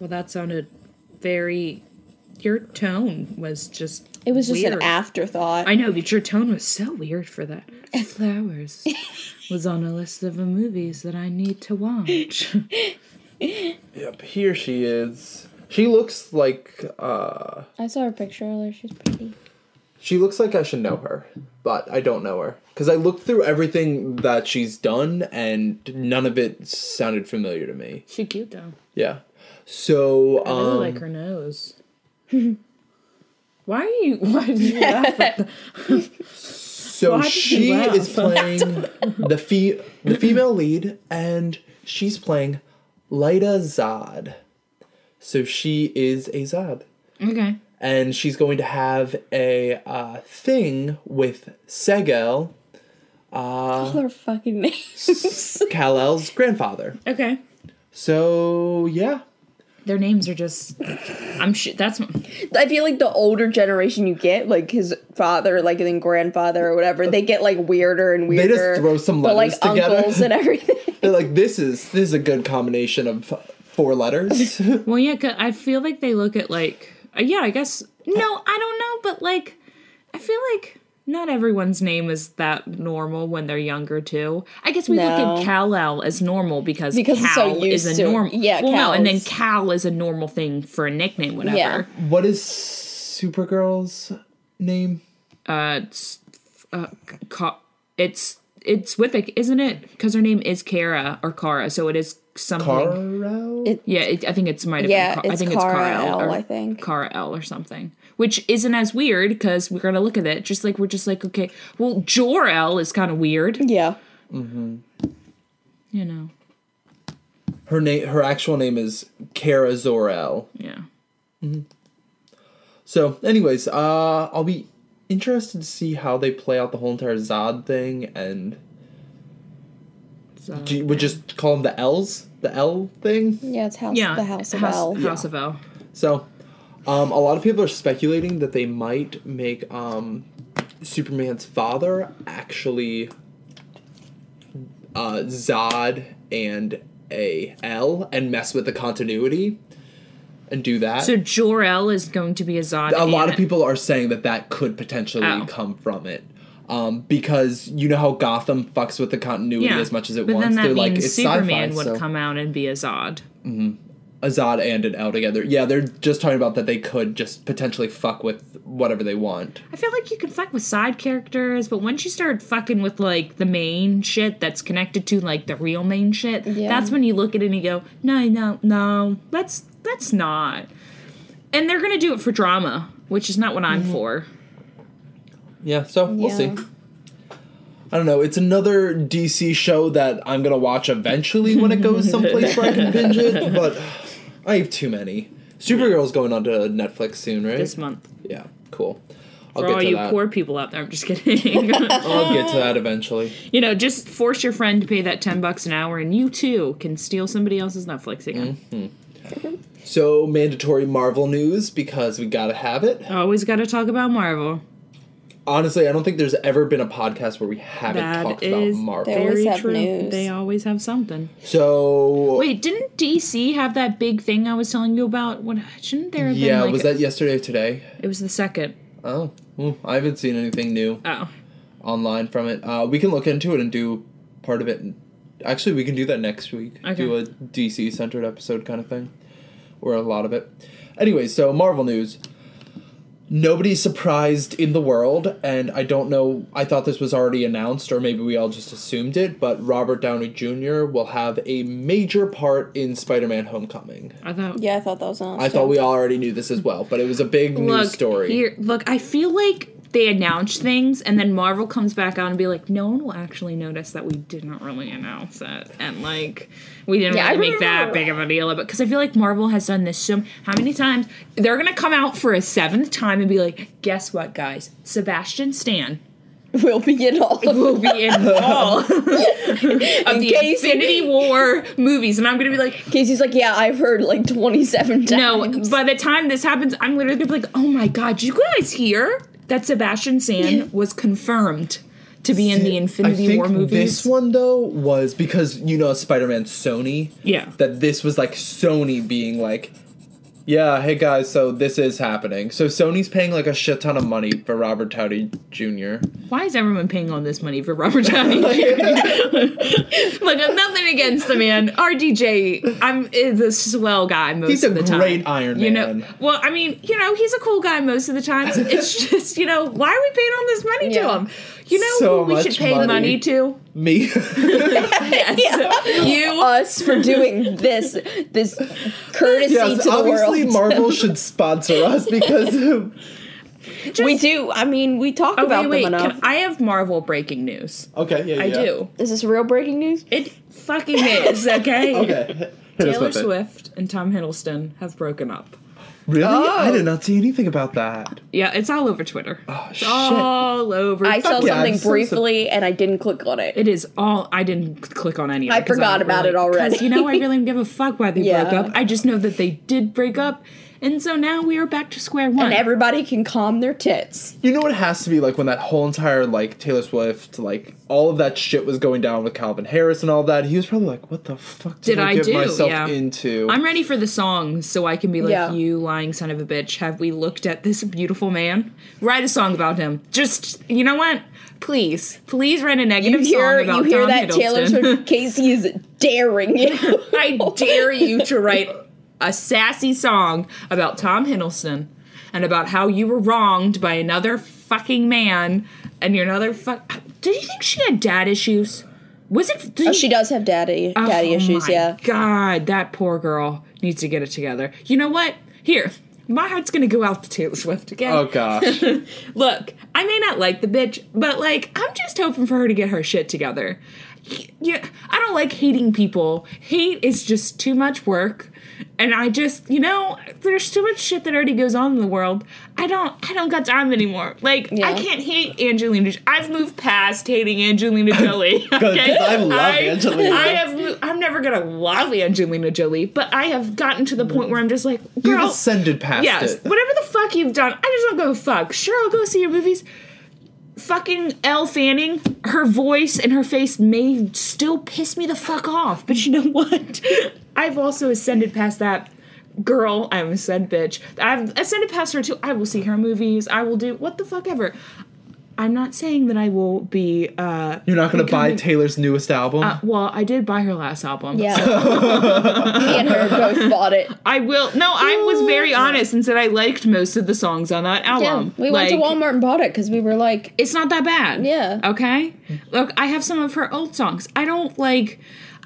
S3: Well, that sounded very. Your tone was just.
S2: It was just an
S3: weird.
S2: afterthought.
S3: I know, but your tone was so weird for that. Flowers was on a list of movies that I need to watch.
S4: Yep, here she is. She looks like uh
S2: I saw her picture earlier. She's pretty.
S4: she looks like I should know her, but I don't know her cuz I looked through everything that she's done and none of it sounded familiar to me.
S3: She cute though.
S4: Yeah. So
S3: I really
S4: um
S3: like her nose. [LAUGHS] why are you? Why did you laugh? At that?
S4: So
S3: Why did
S4: she
S3: you laugh?
S4: is
S3: [LAUGHS]
S4: playing the fe- the female lead, and she's playing Lyda Zod. So she is a Zod,
S3: okay.
S4: and she's going to have a uh, thing with Segel,
S2: All her fucking names.
S4: Kal El's grandfather.
S3: Okay.
S4: So yeah,
S3: Their names are just. I'm sh- That's
S2: [LAUGHS] I feel like the older generation you get, like his father, like and then grandfather or whatever, they get like weirder and
S4: just
S2: weirder.
S4: throw some
S2: but, like
S4: letters together.
S2: uncles
S4: [LAUGHS]
S2: and everything.
S4: they're like this is this is a good combination of four letters.
S3: well, yeah. 'cause I feel like they look at like. uh, yeah, I guess. No, I don't know, but like, I feel like not everyone's name is that normal when they're younger too. I guess we look
S2: No.
S3: at Cal El as normal because
S2: Because it's so
S3: Cal
S2: used
S3: is
S2: to
S3: a
S2: it.
S3: normal.
S2: Yeah,
S3: Well, no, and then
S2: Cal's-
S3: Cal is a normal thing for a nickname, whatever.
S2: Yeah.
S4: what is Supergirl's name?
S3: uh, it's, uh, c- ca- it's it's with it, isn't it? Because her name is Kara or Kara, so it is something.
S4: Carol.
S3: Yeah, it, I think it's might have
S2: Yeah,
S3: been. Ca- I
S2: it's
S3: think it's Kara
S2: Kara L,
S3: L. or-
S2: I think.
S3: Kara L or something, which isn't as weird because we're gonna look at it. Just like we're just like okay, well Jor L is kind of weird,
S2: yeah.
S3: you know.
S4: Her name, her actual name is Kara Zor-El.
S3: Yeah.
S4: So, anyways, uh, I'll be interested to see how they play out the whole entire Zod thing, and
S3: So,
S4: do you, we just call them the L's, the L thing.
S2: Yeah, it's house
S3: yeah,
S2: the house of
S3: House,
S2: L. [LAUGHS]
S3: House of L.
S4: So, um, a lot of people are speculating that they might make um, Superman's father actually uh, Zod and a L, and mess with the continuity, and do that.
S3: So Jor L is going to be a Zod.
S4: a lot of
S3: and-
S4: people are saying that that could potentially
S3: Oh.
S4: come from it um, because you know how Gotham fucks with the continuity
S3: Yeah,
S4: as much as it
S3: but
S4: wants.
S3: then that
S4: They're
S3: means
S4: like it's
S3: Superman
S4: sci-fi,
S3: would
S4: so
S3: come out and be a Zod.
S4: a Zod and an L together. Yeah, they're just talking about that they could just potentially fuck with whatever they want.
S3: I feel like you can fuck with side characters, but once you start fucking with like the main shit that's connected to like the real main shit,
S2: Yeah.
S3: that's when you look at it and you go, no, no, no, let's let's not. And they're gonna do it for drama, which is not what
S4: Mm-hmm.
S3: I'm for.
S4: Yeah, so we'll see.
S2: Yeah.
S4: I don't know. It's another DC show that I'm gonna watch eventually when it goes someplace where I can
S3: [LAUGHS]
S4: binge it, but I have too many. Supergirl's going onto Netflix soon, right?
S3: This month,
S4: yeah, cool. I'll
S3: for
S4: get
S3: all
S4: to
S3: you
S4: that.
S3: poor people out there, I'm just kidding. [LAUGHS]
S4: I'll get to that eventually.
S3: you know, just force your friend to pay that ten bucks an hour, and you too can steal somebody else's Netflix again.
S4: So mandatory Marvel news because we gotta have it.
S3: Always got to talk about Marvel.
S4: Honestly, I don't think there's ever been a podcast where we haven't
S3: That
S4: talked
S3: is
S4: about Marvel.
S2: They always
S3: very
S2: have
S3: true.
S2: news.
S3: They always have something.
S4: So
S3: Wait, didn't DC have that big thing I was telling you about? What shouldn't there [LAUGHS] have
S4: yeah,
S3: been? Like,
S4: was that yesterday or today?
S3: It was the second.
S4: Oh, well, I haven't seen anything new
S3: Oh,
S4: online from it. Uh, we can look into it and do part of it. Actually, we can do that next week.
S3: Okay.
S4: Do a DC centered episode kind of thing, or a lot of it. Anyway, so Marvel news. Nobody's surprised in the world, and I don't know. I thought this was already announced, or maybe we all just assumed it. But Robert Downey Jr. will have a major part in Spider-Man: Homecoming.
S3: I thought.
S2: Yeah, I thought that was announced.
S4: I thought we already knew this as well, but it was a big
S3: Look
S4: news story.
S3: here. Look, I feel like they announce things, and then Marvel comes back out and be like, "No one will actually notice that we didn't really announce it, and like we didn't
S2: Yeah, I
S3: really make that
S2: remember-
S3: big of a deal about." Because I feel like Marvel has done this so how many times? They're gonna come out for a seventh time and be like, "Guess what, guys? Sebastian Stan."
S2: will be in all of
S3: will
S4: [LAUGHS]
S3: be in all [LAUGHS] of the
S2: case-
S3: Infinity War movies, and I'm gonna be like,
S2: Casey's like, yeah, I've heard like twenty seven times.
S3: no. [LAUGHS] By the time this happens, I'm literally gonna be like, oh my god, you guys hear that Sebastian Stan was confirmed to be in the Infinity
S4: I think
S3: War movies?
S4: This one though was because you know Spider Man Sony.
S3: Yeah.
S4: That this was like Sony being like, Yeah, hey guys, so this is happening. So Sony's paying like a shit ton of money for Robert Downey Jr.
S3: Why is everyone paying all this money for Robert Downey
S4: [LAUGHS]
S3: Jr.? Look, I'm nothing against the man. RDJ, I'm is a swell guy most
S4: He's a
S3: of the time.
S4: great Iron
S3: you
S4: Man.
S3: know, well, I mean, you know, he's a cool guy most of the time. So
S4: [LAUGHS]
S3: It's just, you know, why are we paying all this money to
S2: Yeah.
S3: him? You know
S4: So
S3: who we should
S4: much
S3: pay
S4: money.
S3: money, to? [LAUGHS]
S4: Me. [LAUGHS]
S2: [LAUGHS]
S3: Yes. You
S2: us for doing this this courtesy
S4: yes,
S2: to the
S4: obviously
S2: world.
S3: [LAUGHS]
S4: Marvel should sponsor us because
S2: we do. I mean, we talk
S3: Oh,
S2: about
S3: wait, wait.
S2: them enough.
S3: Can, I have Marvel breaking news.
S4: [LAUGHS] Okay, Oh, yeah, yeah.
S3: I do.
S2: Is this real breaking news?
S3: It fucking
S4: [LAUGHS]
S3: is, okay?
S4: Okay. Hit us
S3: Taylor
S4: with it.
S3: Swift and Tom Hiddleston have broken up.
S4: Really? I
S2: Oh.
S4: did not see anything about that.
S3: Yeah, it's all over Twitter.
S4: Oh, shit.
S3: all over.
S2: I saw
S4: yeah,
S2: something
S4: I'm so
S2: briefly and I didn't click on it.
S3: it is all. I didn't c- click on any. Of
S2: I
S3: it 'cause
S2: forgot
S3: don't
S2: about
S3: really-
S2: it already.
S3: 'cause, You know, I really
S2: [LAUGHS]
S3: don't give a fuck why they
S2: Yeah.
S3: broke up. I just know that they did break up, and so now we are back to square one.
S2: and everybody can calm their tits.
S4: You know what it has to be like when that whole entire like Taylor Swift, like all of that shit was going down with Calvin Harris and all that. He was probably like, "What the fuck did,
S3: Did
S4: I,
S3: I
S4: get
S3: do?"
S4: myself
S3: Yeah.
S4: into?"
S3: I'm ready for the song, so I can be like,
S2: Yeah.
S3: "You lying son of a bitch! Have we looked at this beautiful man? Write a song about him. Just you know what? Please, please write a
S2: You
S3: negative
S2: hear
S3: song about
S2: you hear
S3: Tom
S2: that Taylor
S3: Hiddleston.
S2: [LAUGHS] Swift Casey is daring you.
S3: I dare you to write a sassy song about Tom Hiddleston and about how you were wronged by another fucking man and your another fuck. Do you think she had dad issues? Was it? Did
S2: Oh, [LAUGHS] she does have [LAUGHS] daddy daddy issues,
S3: my
S2: yeah.
S3: God, that poor girl needs to get it together. You know what? Here, my heart's gonna go out to Taylor Swift again.
S4: oh
S3: [LAUGHS]
S4: gosh,
S3: Look, I may not like the bitch, but like, I'm just hoping for her to get her shit together. Y- Yeah, I don't like hating people. Hate is just too much work, and I just, you know, there's too much shit that already goes on in the world. I don't, I don't got time anymore. Like, I
S2: Yeah.
S3: can't hate Angelina. J- I've moved past hating
S4: [LAUGHS]
S3: Angelina Jolie. okay,
S4: I love
S3: I-
S4: Angelina.
S3: I have, mo- I'm never gonna love Angelina Jolie, but I have gotten to the
S4: Mm.
S3: point where I'm just like,
S4: you've
S3: girl,
S4: ascended past
S3: Yes,
S4: it.
S3: whatever the fuck you've done, I just don't give a fuck. Sure, I'll go see your movies. Fucking Elle Fanning, her voice and her face may still piss me the fuck off, but you know [LAUGHS] what? I've also ascended past that girl. I'm a said bitch. I've ascended past her too. I will see her movies. I will do what the fuck ever. I'm not saying that I will be. uh
S4: You're not gonna buy
S3: becoming-
S4: Taylor's newest album.
S3: Well, I did buy her last album.
S2: Yeah. [LAUGHS] Me and her both bought it.
S3: I will. No, I was very honest and said I liked most of the songs on that
S2: Yeah.
S3: album.
S2: We went to
S3: Like,
S2: Walmart and bought it because we were like,
S3: it's not that bad.
S2: Yeah.
S3: Okay. Look, I have some of her old songs. I don't like.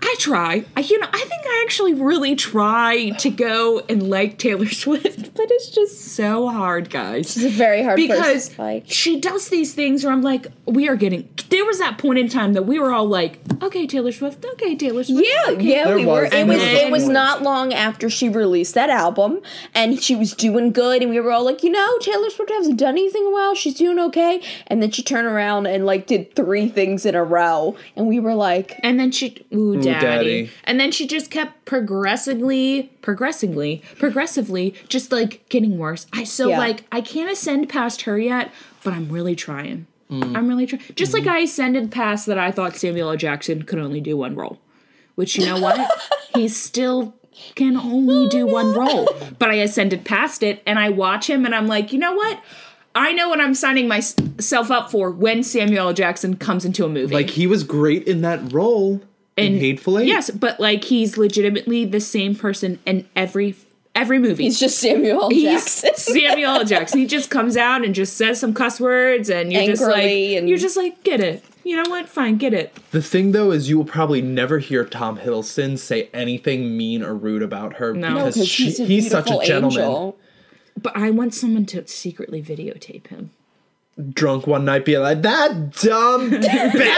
S3: I try. I, you know, I think I actually really try to go and like Taylor [LAUGHS] Swift, but it's just so hard, guys
S2: it's a very hard
S3: because
S2: person. Like,
S3: she does these things where I'm like, we are getting. There was that point in time that we were all like, okay, Taylor Swift, okay, Taylor Swift.
S2: yeah,
S3: okay.
S2: yeah,
S4: There
S2: we were.
S4: was-
S2: It was.
S3: there
S2: It was
S4: was.
S2: not long after she released that album, and she was doing good, and we were all like, you know, Taylor Swift hasn't done anything in a while. She's doing okay, and then she turned around and like did three things in a row, and we were like,
S3: And then she, ooh, daddy.
S4: daddy.
S3: And then she just kept progressively, progressively, progressively, just like getting worse. I so
S2: Yeah.
S3: like I can't ascend past her yet, but I'm really trying.
S4: Mm.
S3: I'm really trying. Just
S4: Mm-hmm.
S3: like I ascended past that, I thought Samuel L. Jackson could only do one role. Which you know what? he still can only do one role. But I ascended past it, and I watch him, and I'm like, you know what? I know what I'm signing myself up for when Samuel L. Jackson comes into a movie.
S4: like he was great in that role in Hateful Eight.
S3: Yes, but like he's legitimately the same person in every every movie.
S2: it's just Samuel L.
S3: He's [LAUGHS]
S2: Jackson. [LAUGHS]
S3: Samuel L. Jackson. He just comes out and just says some cuss words, and you're just like,
S2: Angrily and-
S3: you're just like, get it. You know what? Fine, get it.
S4: The thing though is you will probably never hear Tom Hiddleston say anything mean or rude about her
S3: No. No,
S4: because
S2: 'Cause
S4: she, he's,
S2: a
S4: such a
S2: beautiful
S4: gentleman.
S2: angel.
S3: But I want someone to secretly videotape him.
S4: Drunk one night, be like
S3: [LAUGHS]
S4: that dumb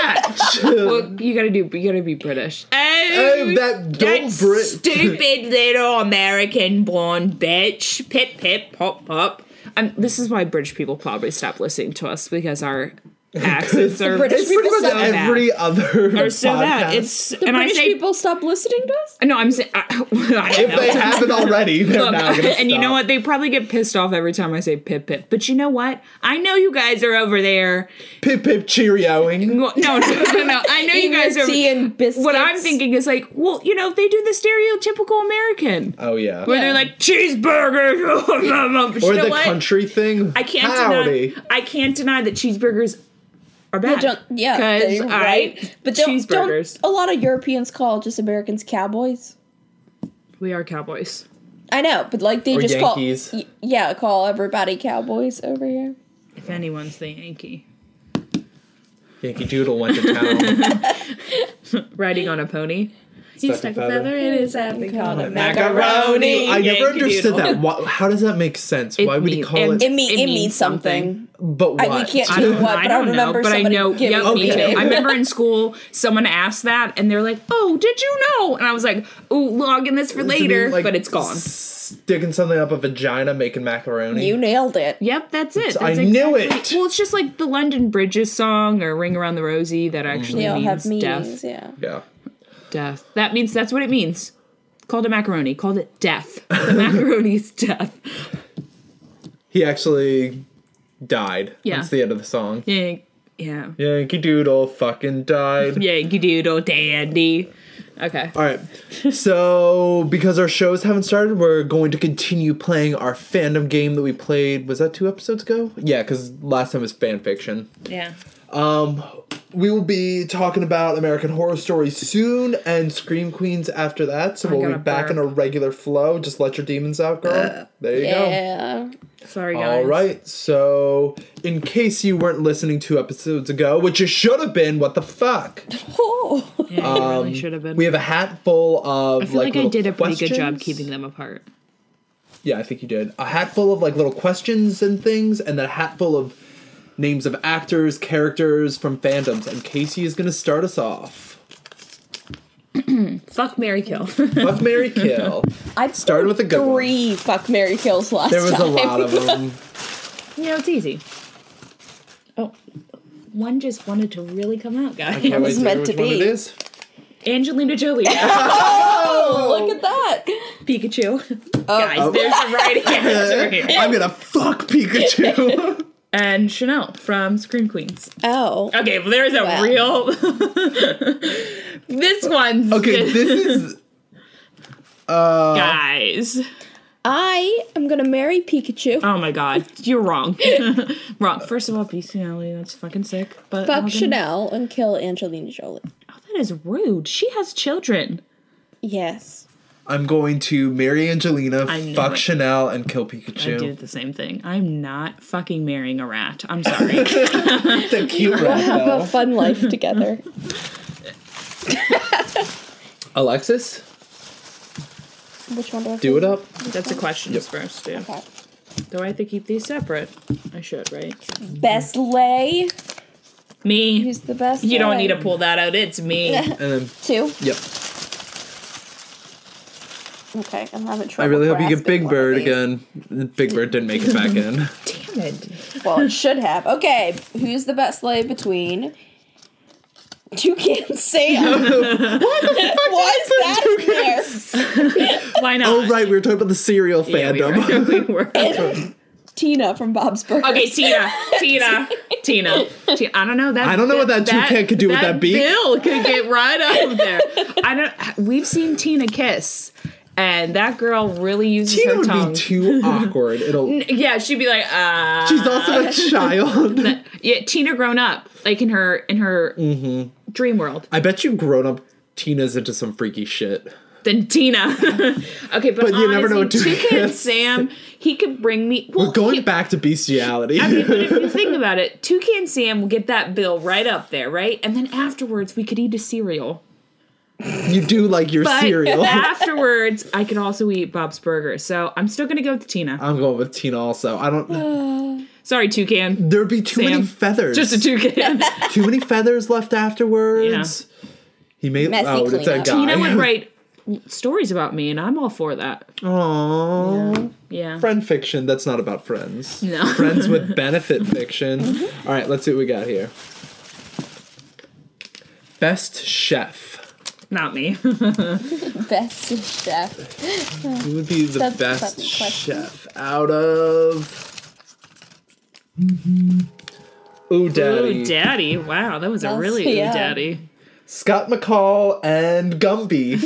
S4: bitch.
S3: Well, you gotta do. You gotta be British. Oh,
S4: Oh, that don't
S3: that
S4: Brit.
S3: stupid little American born bitch. Pip pip pop pop. Um, this is why British people probably stopped listening to us because our accents are
S2: British
S3: so
S2: people
S4: Pretty much
S2: so bad.
S3: bad. [LAUGHS]
S4: every other
S3: Are so
S4: podcast.
S3: bad. It's
S2: The
S3: and
S2: British
S3: I say
S2: people stop listening to us?
S3: no. I'm saying I, I
S4: if
S3: don't know.
S4: they haven't already, they're
S3: Look,
S4: now gonna
S3: [LAUGHS] and you
S4: stop.
S3: know what? They probably get pissed off every time I say pip pip. But you know what? I know you guys are over there.
S4: Pip pip cheerioing.
S3: [LAUGHS] Well, No, no, no, no, no.
S2: [LAUGHS]
S3: I know you
S2: Eating
S3: guys
S2: your
S3: are.
S2: tea and biscuits.
S3: What I'm thinking is like, well, you know, they do the stereotypical American
S4: Oh yeah.
S3: where they're like cheeseburgers. [LAUGHS] But
S4: or
S3: you know
S4: the
S3: what?
S4: country thing.
S3: I can't
S4: Howdy.
S3: deny. I can't deny that cheeseburgers are
S2: They
S3: bad.
S2: don't, yeah, they-
S3: because
S2: right.
S3: I
S2: But don't,
S3: cheeseburgers.
S2: don't a lot of Europeans call just Americans cowboys?
S3: we are cowboys.
S2: I know, but like they
S4: Or
S2: just
S4: Yankees.
S2: call y- yeah, call everybody cowboys over here.
S3: If anyone's the Yankee
S4: Yankee Doodle went to
S3: [LAUGHS]
S4: town.
S3: riding on a pony, you
S4: Stuck a feather.
S3: in his hat. They call it
S2: macaroni.
S4: I never
S3: Yankee
S4: understood
S3: Doodle.
S4: that. Why, how does that make sense?
S3: It
S4: Why would he
S3: means-
S4: call
S3: and-
S4: it?
S2: It, me-
S3: It
S2: it
S3: means
S2: means something.
S4: But
S2: I-
S4: what?
S2: we can't do
S3: don't-
S2: what, but I remember somebody giving
S3: Yeah, me
S2: me
S3: too.
S2: it.
S3: I remember in school, someone asked that, and they're like, "Oh, did you know?" And I was like, "Oh, logging this for
S4: Does it mean,
S3: later,"
S4: like,
S3: but it's gone.
S4: Sticking something up a vagina, making macaroni.
S2: You nailed it.
S3: Yep, that's it.
S4: I
S3: That's
S4: knew it.
S3: Well, it's just like the London Bridges song or "Ring Around the Rosie" that
S4: Mm-hmm.
S3: actually
S2: They all have
S3: means
S2: meanings.
S3: death.
S2: Yeah.
S4: yeah.
S3: Death. That means that's what it means. Called it macaroni. Called it death. [LAUGHS] The macaroni's death.
S4: He actually died.
S3: Yeah.
S4: That's the end of the song.
S3: Yeah, yeah,
S4: Yankee Doodle fucking died.
S3: Yankee Doodle Dandy. Okay.
S4: All right. So, because our shows haven't started, we're going to continue playing our fandom game that we played. Was that two episodes ago? Yeah, because last time was fan fiction.
S3: Yeah.
S4: We will be talking about American Horror Story soon and Scream Queens after that. So, we'll
S3: gotta
S4: be back in a
S3: burp. Uh,
S4: regular flow. Just let your demons out, girl. there you go.
S2: Yeah. [LAUGHS]
S3: Sorry, guys.
S4: All right, so in case you weren't listening two episodes ago, which you should have been, what the fuck?
S2: Oh.
S3: Yeah, you really should have been.
S4: um, We have a hat full of.
S3: I feel like, I
S4: little
S3: did a pretty good job
S4: questions.
S3: keeping them apart.
S4: Yeah, I think you did. A hat full of like little questions and things, and a hat full of names of actors, characters from fandoms. And Casey is gonna start
S2: [LAUGHS]
S4: us off.
S3: Fuck Mary [LAUGHS] Kill.
S4: Fuck Mary Kill.
S2: I
S4: Started with a good one.
S2: three fuck Mary kills last
S4: There was
S2: time.
S4: a
S2: [LAUGHS]
S4: lot of them.
S3: you know, it's easy. Oh, one just wanted to really come out, guys.
S4: Can't wait
S2: was
S4: hear
S2: meant to
S4: which one
S2: be.
S4: It is.
S3: Angelina [LAUGHS] Jolie,
S2: Look at that.
S3: Pikachu. guys, there's the right answer [LAUGHS] here.
S4: I'm gonna fuck Pikachu.
S2: [LAUGHS]
S3: And Chanel from Scream Queens.
S2: Oh.
S3: Okay, well, there's a
S2: Wow.
S3: real. [LAUGHS] this one's
S4: okay,
S3: [LAUGHS]
S4: this is. uh,
S3: guys.
S2: I am gonna marry Pikachu.
S3: Oh my god, you're wrong. [LAUGHS] wrong. First of all, bestiality, E, that's fucking sick. But
S2: fuck
S3: I'll give-
S2: Chanel and kill Angelina Jolie.
S3: Oh, that is rude. She has children.
S2: Yes.
S4: I'm going to marry Angelina,
S3: I knew
S4: fuck
S3: it.
S4: Chanel, and kill
S3: I do
S4: [LAUGHS] Pikachu.
S3: the same thing. I'm not fucking marrying a rat. I'm
S4: [COUGHS]
S3: sorry.
S4: The
S2: [LAUGHS]
S4: cute rat,
S2: Have a
S4: though.
S2: fun life together.
S4: Alexis,
S2: Which one do I
S4: [LAUGHS] do it up.
S3: That's a question first, dude.
S2: Okay.
S3: Do I have to keep these separate? I should, right?
S2: Best lay.
S3: Me.
S2: Who's the best?
S3: You don't
S2: lay?
S3: need to pull that out. It's me.
S4: And then,
S2: Two.
S4: yep.
S2: Okay, I'm having
S4: I
S2: trouble.
S4: really hope you get
S2: grasping one
S4: Big
S2: of
S4: Bird
S2: these.
S4: again. Big Bird didn't make it back in.
S3: Damn it.
S2: Well, it should have. Okay, who's the best lay between? You can't
S4: [LAUGHS]
S2: say. Why [LAUGHS] is that in there?
S3: Why not?
S4: [LAUGHS] Oh right, we were talking about the serial
S3: Yeah, we
S4: fandom. [LAUGHS]
S3: were- [LAUGHS] we were.
S2: Tina from Bob's Burgers.
S3: Okay, Tina, Tina, Tina, Tina. I don't know that.
S4: I don't know what that toucan could do with that beak.
S3: Bill could get right up there. I don't. We've seen Tina kiss, and that girl really uses
S4: Tina
S3: her
S4: would
S3: tongue.
S4: be too awkward. It'll.
S3: yeah, she'd be like, uh
S4: She's also a child.
S3: [LAUGHS] yeah, Tina grown up, like in her in her
S4: Mm-hmm.
S3: dream world.
S4: I bet you grown up Tina's into some freaky shit.
S3: Then Tina. [LAUGHS] okay, but,
S4: But you never
S3: honestly,
S4: know what to
S3: Toucan
S4: kiss.
S3: Sam, he could bring me. Well,
S4: We're going
S3: he-
S4: back to bestiality.
S3: I mean, but if
S4: [LAUGHS]
S3: you think about it, Toucan Sam will get that bill right up there, right? And then afterwards, we could eat a cereal.
S4: you do like your
S3: But [LAUGHS]
S4: cereal.
S3: afterwards, I could also eat Bob's Burgers. So I'm still going to go with Tina.
S4: I'm going with Tina also. I don't.
S3: Sorry, Toucan.
S4: There'd be too many
S3: Uh, Sam.
S4: feathers.
S3: Just a toucan.
S4: [LAUGHS] too many feathers left afterwards. He made
S2: Messy
S4: oh, it's a
S2: cleanup.
S4: guy. [LAUGHS]
S3: Tina would write stories about me, and I'm all for that.
S4: Aww.
S3: Yeah.
S4: Friend fiction that's not about friends.
S3: No.
S4: [LAUGHS]
S2: [LAUGHS]
S4: Friends with benefit fiction.
S2: Mm-hmm.
S4: All right, let's see what we got here. Best chef.
S3: Not me.
S2: Best chef.
S4: Who would be the
S2: That's
S4: best
S2: such a question.
S4: chef out of? Mm-hmm. Ooh, daddy.
S3: Ooh, daddy. Wow, that was a
S2: That's-
S3: really
S2: yeah.
S3: ooh, daddy.
S4: Scott McCall and
S2: [LAUGHS]
S4: Gumby.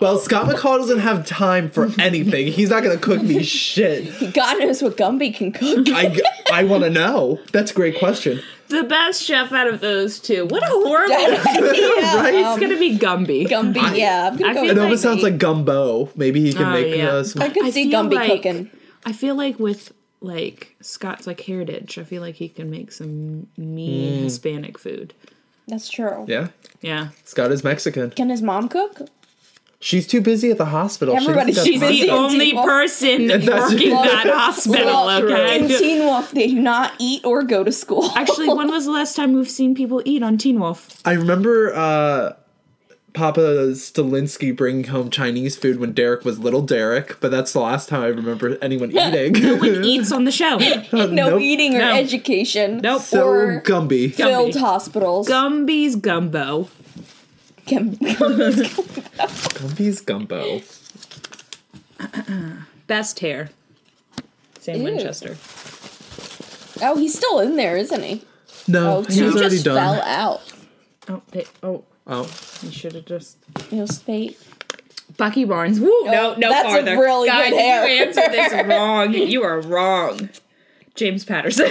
S4: well, Scott McCall doesn't have time for anything. He's not gonna cook
S2: [LAUGHS]
S4: me shit.
S2: God knows what Gumby can
S4: [LAUGHS]
S2: cook.
S4: I, I want to know. That's a great question.
S3: The best chef out of those two. What a
S2: Oh,
S3: horrible.
S4: [LAUGHS] right?
S3: [LAUGHS] It's gonna be Gumby.
S2: um, Gumby, yeah. I'm gonna
S3: I
S2: go
S3: feel
S2: with
S4: it
S3: like-
S4: almost sounds like gumbo. Maybe he can
S3: Oh,
S4: make uh,
S3: yeah.
S4: us.
S2: I could
S3: I
S2: see
S3: feel
S2: Gumby
S3: like-
S2: cooking.
S3: I feel like with like Scott's like heritage, I feel like he can make some mean
S4: Mm.
S3: Hispanic food.
S2: That's true.
S4: Yeah,
S3: Yeah.
S4: Scott is Mexican.
S2: Can his mom cook?
S4: She's too busy at the hospital. She doesn't
S2: Everybody-
S4: have
S2: she's
S4: time.
S2: busy.
S3: The only
S2: Table.
S3: person
S4: that's-
S3: working that hospital,
S2: Well, In
S3: okay?
S2: Teen Wolf, they do not eat or go to school. [LAUGHS]
S3: Actually, when was the last time we've seen people eat on Teen Wolf?
S4: I remember uh, Papa Stalinsky bringing home Chinese food when Derek was little Derek, but that's the last time I remember anyone eating. [LAUGHS]
S3: Eats on the show.
S2: no
S4: nope.
S2: eating or
S3: No.
S2: education.
S3: Nope.
S4: so
S2: or-
S4: Gumby.
S2: Filled
S3: Gumby.
S2: hospitals.
S3: Gumby's gumbo.
S2: Gum-
S3: [LAUGHS]
S4: Gumby's gumbo.
S3: Best hair. Sam
S2: Ew.
S3: Winchester.
S2: oh, he's still in there, isn't he?
S4: No,
S2: Oh,
S4: he's
S2: two
S4: already
S2: just
S4: done.
S2: fell out.
S3: Oh, they, oh,
S4: Oh, [LAUGHS]
S3: you should have just.
S2: It was fate.
S3: Bucky Barnes. Woo! No, no
S2: that's a
S3: farther.
S2: really
S3: Guys,
S2: good hair.
S3: you
S2: [LAUGHS]
S3: answered this wrong. You are wrong.
S2: [LAUGHS]
S3: James Patterson.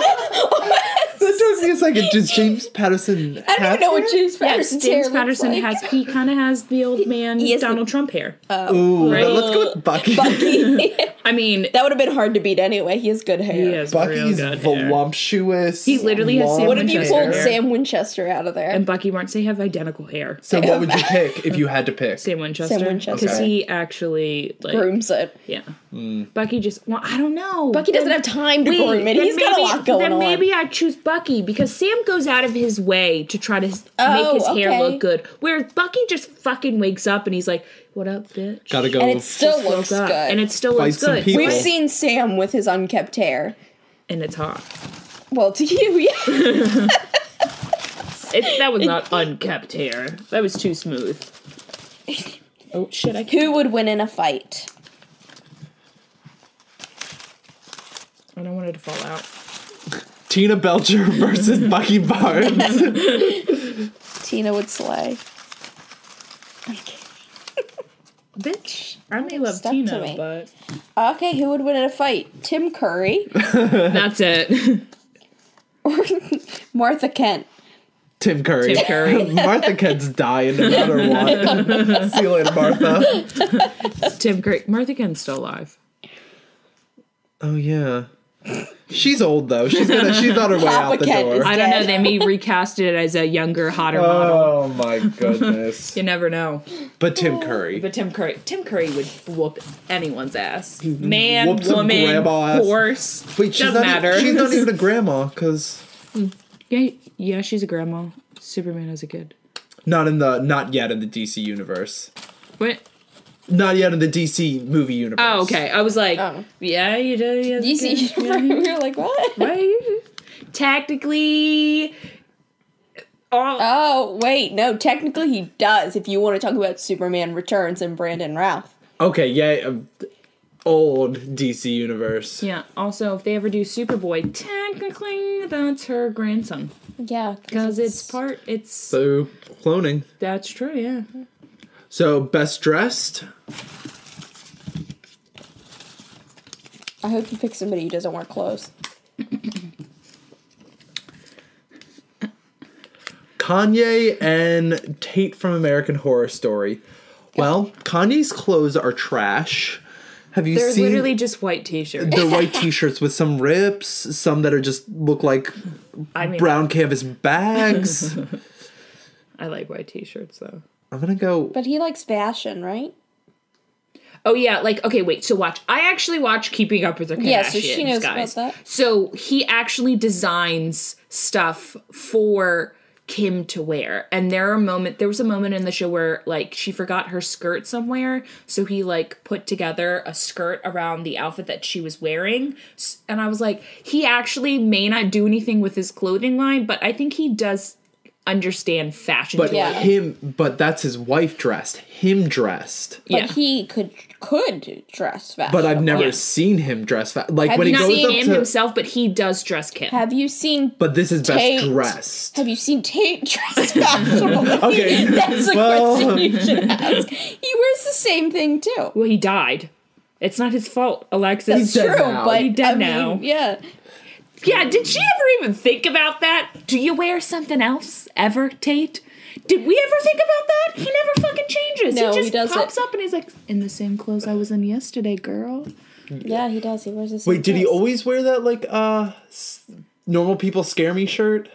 S4: that does seem like it. Does James Patterson?
S2: I don't know what James Patterson's hair
S3: James
S2: looks
S3: Patterson
S2: like.
S3: has [LAUGHS] he kind of has the old man
S2: he has
S3: Donald Trump hair.
S4: Ooh, but let's go with Bucky.
S2: Bucky.
S3: I mean,
S2: [LAUGHS] that would have been hard to beat anyway. He has good hair.
S3: he has real
S4: Bucky's
S3: good hair.
S4: voluptuous.
S3: He literally has
S4: long-
S3: Sam
S2: What if you
S3: Winchester
S2: pulled
S3: hair.
S2: Sam Winchester out of there?
S3: And Bucky Barnes, they have identical hair.
S4: So what would you pick if you had
S3: [LAUGHS]
S4: to pick?
S3: Sam Winchester.
S2: Sam Winchester.
S3: Because
S4: Okay.
S3: he actually like
S2: grooms it.
S3: yeah. Bucky just well, I don't know.
S2: Bucky doesn't have time to groom it.
S3: then
S2: He's got a lot going
S3: then
S2: on.
S3: maybe I choose Bucky because Sam goes out of his way to try to s-
S2: Oh,
S3: make his hair
S2: okay.
S3: look good. Whereas Bucky just fucking wakes up and he's like, "What up, bitch?"
S4: Gotta go.
S2: and it still
S3: Just woke
S2: looks
S3: up.
S2: good.
S3: and it still
S4: Fight
S3: looks
S4: some
S3: good.
S4: people.
S2: We've
S4: Cool.
S2: seen Sam with his unkept hair.
S3: and it's hot.
S2: Well, [LAUGHS] to you, yeah.
S3: It, that
S2: [LAUGHS]
S3: was not unkept hair. That was too smooth. Oh shit! I can't.
S2: Who would win in a fight?
S3: I don't want it to fall out.
S4: Tina Belcher
S3: [LAUGHS]
S4: versus Bucky Barnes.
S2: Tina would slay. Okay. [LAUGHS]
S3: Bitch, I may love
S2: Stuck to
S3: Tina,
S2: me.
S3: but
S2: Okay, who would win in a fight? Tim Curry
S3: that's it. [LAUGHS]
S2: or [LAUGHS] Martha Kent?
S4: Tim Curry.
S3: Tim
S2: [LAUGHS]
S3: Curry.
S4: [LAUGHS] Martha Kent's dying no matter
S3: [LAUGHS]
S4: what. See you later, Martha.
S3: Tim Curry. Martha Kent's still alive.
S4: Oh yeah. She's old though. She's gonna she's on her way
S2: Papa
S4: out the
S2: Kent
S4: door.
S2: is-
S3: I don't know.
S2: Dead.
S3: They may recast it as a younger, hotter model.
S4: Oh
S3: [LAUGHS]
S4: my goodness.
S3: You never know.
S4: But Tim Curry.
S3: But Tim Curry, Tim Curry would whoop anyone's ass. Man,
S4: whooped some
S3: woman,
S4: grandma ass.
S3: horse.
S4: Wait, she's
S3: doesn't
S4: not, e-
S3: matter.
S4: she's
S3: [LAUGHS]
S4: not even a grandma, cause
S3: yeah, yeah, she's a grandma. Superman has a kid.
S4: not in the not yet in the DC universe.
S3: What?
S4: Not yet in the DC movie universe.
S3: Oh, okay. I was like,
S2: Oh.
S3: yeah, you do. You, have a
S2: You see,
S3: kid.
S2: [LAUGHS]
S3: Yeah.
S2: we were like, what?
S3: Right? Tactically, all
S2: Oh, wait, no, technically he does if you want to talk about Superman Returns and Brandon Routh.
S4: Okay, yeah. um, old DC universe.
S3: yeah. Also, if they ever do Superboy, technically that's her grandson
S2: Yeah,
S3: because it's part. It's
S4: So cloning.
S3: that's true. Yeah.
S4: So best dressed.
S2: I hope you pick somebody who doesn't wear clothes.
S4: Kanye and Tate from American Horror Story. Well, Kanye's clothes are trash. Have you
S3: They're
S4: seen
S3: literally just white t-shirts.
S4: [LAUGHS] the white t-shirts with some rips, some that are just look like
S3: I mean,
S4: brown
S3: [LAUGHS]
S4: canvas bags?
S3: I like white t-shirts though.
S4: I'm gonna go.
S2: But he likes fashion, right?
S3: Oh yeah, like okay, wait. So watch. I actually watch Keeping Up with the Kardashians.
S2: Yeah, so she knows
S3: guys.
S2: about that.
S3: So he actually designs stuff for Kim to wear. And there are moment there was a moment in the show where like she forgot her skirt somewhere, so he like put together a skirt around the outfit that she was wearing. S- And I was like, he actually may not do anything with his clothing line, but I think he does understand fashion.
S4: But
S3: to a
S2: Yeah.
S4: him, but that's his wife dressed. Him dressed.
S2: But
S3: Yeah.
S2: he could could dress fashion.
S4: But I've never
S3: Yeah.
S4: seen him dress fa- like
S2: Have
S4: when he
S2: you
S3: not
S4: goes
S3: seeing
S4: up
S3: him
S4: to.
S3: himself, but he does dress Kim.
S2: have you seen
S4: but this is best
S2: Tate.
S4: dressed.
S2: have you seen Tate dress fashionably?
S4: [LAUGHS] Okay,
S2: That's a
S4: well-
S2: question you should ask. He wears the same thing too.
S3: well, he died. It's not his fault, Alexis.
S2: It's
S4: dead
S2: true,
S4: now.
S2: but
S3: He's dead
S2: I mean,
S3: now.
S2: yeah.
S3: Yeah, did she ever even think about that? Do you wear something else ever, Tate? Did we ever think about that? He never fucking changes.
S2: No,
S3: he
S2: he
S3: just
S2: doesn't.
S3: pops up and he's like, in the same clothes I was in yesterday, girl.
S2: Yeah, he does. He wears the same
S4: Wait, did he
S2: dress.
S4: always wear that like uh s- normal people scare me shirt?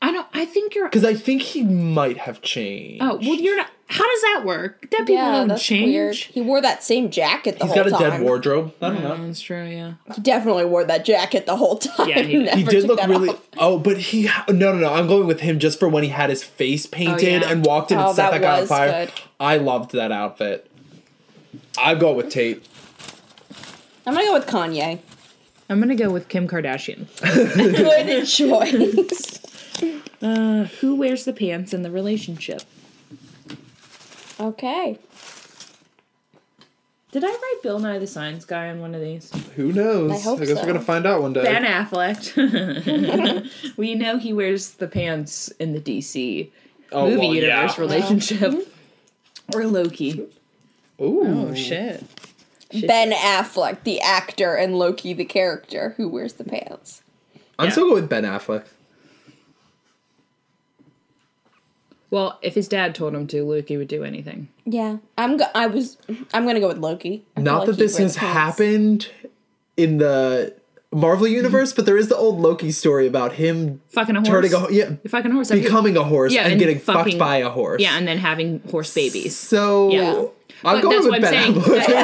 S3: I don't. I think you're.
S4: Because I think he might have changed.
S3: Oh well, you're not. How does that work? That people
S2: yeah,
S3: don't
S2: that's
S3: change.
S2: weird. He wore that same jacket the
S4: he's
S2: whole
S4: got
S2: time.
S4: a dead wardrobe. I don't know.
S3: Oh, that's true. Yeah.
S2: He definitely wore that jacket the whole time. [LAUGHS]
S3: Yeah, he did.
S2: Never
S4: He did
S2: took
S4: look
S2: that
S4: really.
S2: off.
S4: Oh, but he ha- no no no. I'm going with him just for when he had his face painted
S3: yeah.
S4: and walked in
S2: Oh,
S4: and set
S2: that
S4: that, guy on
S2: was
S4: fire.
S2: good.
S4: I loved that outfit. I go with Tate.
S2: I'm gonna go with Kanye.
S3: I'm gonna go with Kim Kardashian.
S4: [LAUGHS]
S2: Good choice.
S3: Uh, who wears the pants in the relationship?
S2: okay.
S3: Did I write Bill Nye the Science Guy on one of these?
S4: Who knows?
S2: I hope
S4: guess
S2: so.
S4: we're gonna find out one day.
S3: Ben Affleck. [LAUGHS] we know he wears the pants in the DC
S4: oh,
S3: movie
S4: well, yeah. Mm-hmm.
S3: universe relationship. Or Loki.
S4: Ooh.
S3: Oh, shit.
S2: Ben Affleck, the actor, and Loki, the character who wears the pants.
S4: I'm
S3: Yeah.
S4: still going with Ben Affleck.
S3: Well, if his dad told him to, Loki would do anything.
S2: Yeah, I'm. Go- I was. I'm gonna go with Loki. I feel
S4: Not
S2: like
S4: that
S2: he
S4: this
S2: wears
S4: has
S2: pants.
S4: happened in the Marvel universe, but there is the old Loki story about him
S3: Fucking a horse.
S4: turning a yeah,
S3: Fucking a horse.
S4: becoming a horse
S3: Yeah,
S4: and,
S3: and
S4: getting fucked
S3: fucking-
S4: by a horse.
S3: Yeah, and then having horse babies.
S4: so
S3: Yeah.
S4: I'm
S3: But
S4: going
S3: that's
S4: with
S3: what I'm saying.
S4: Ben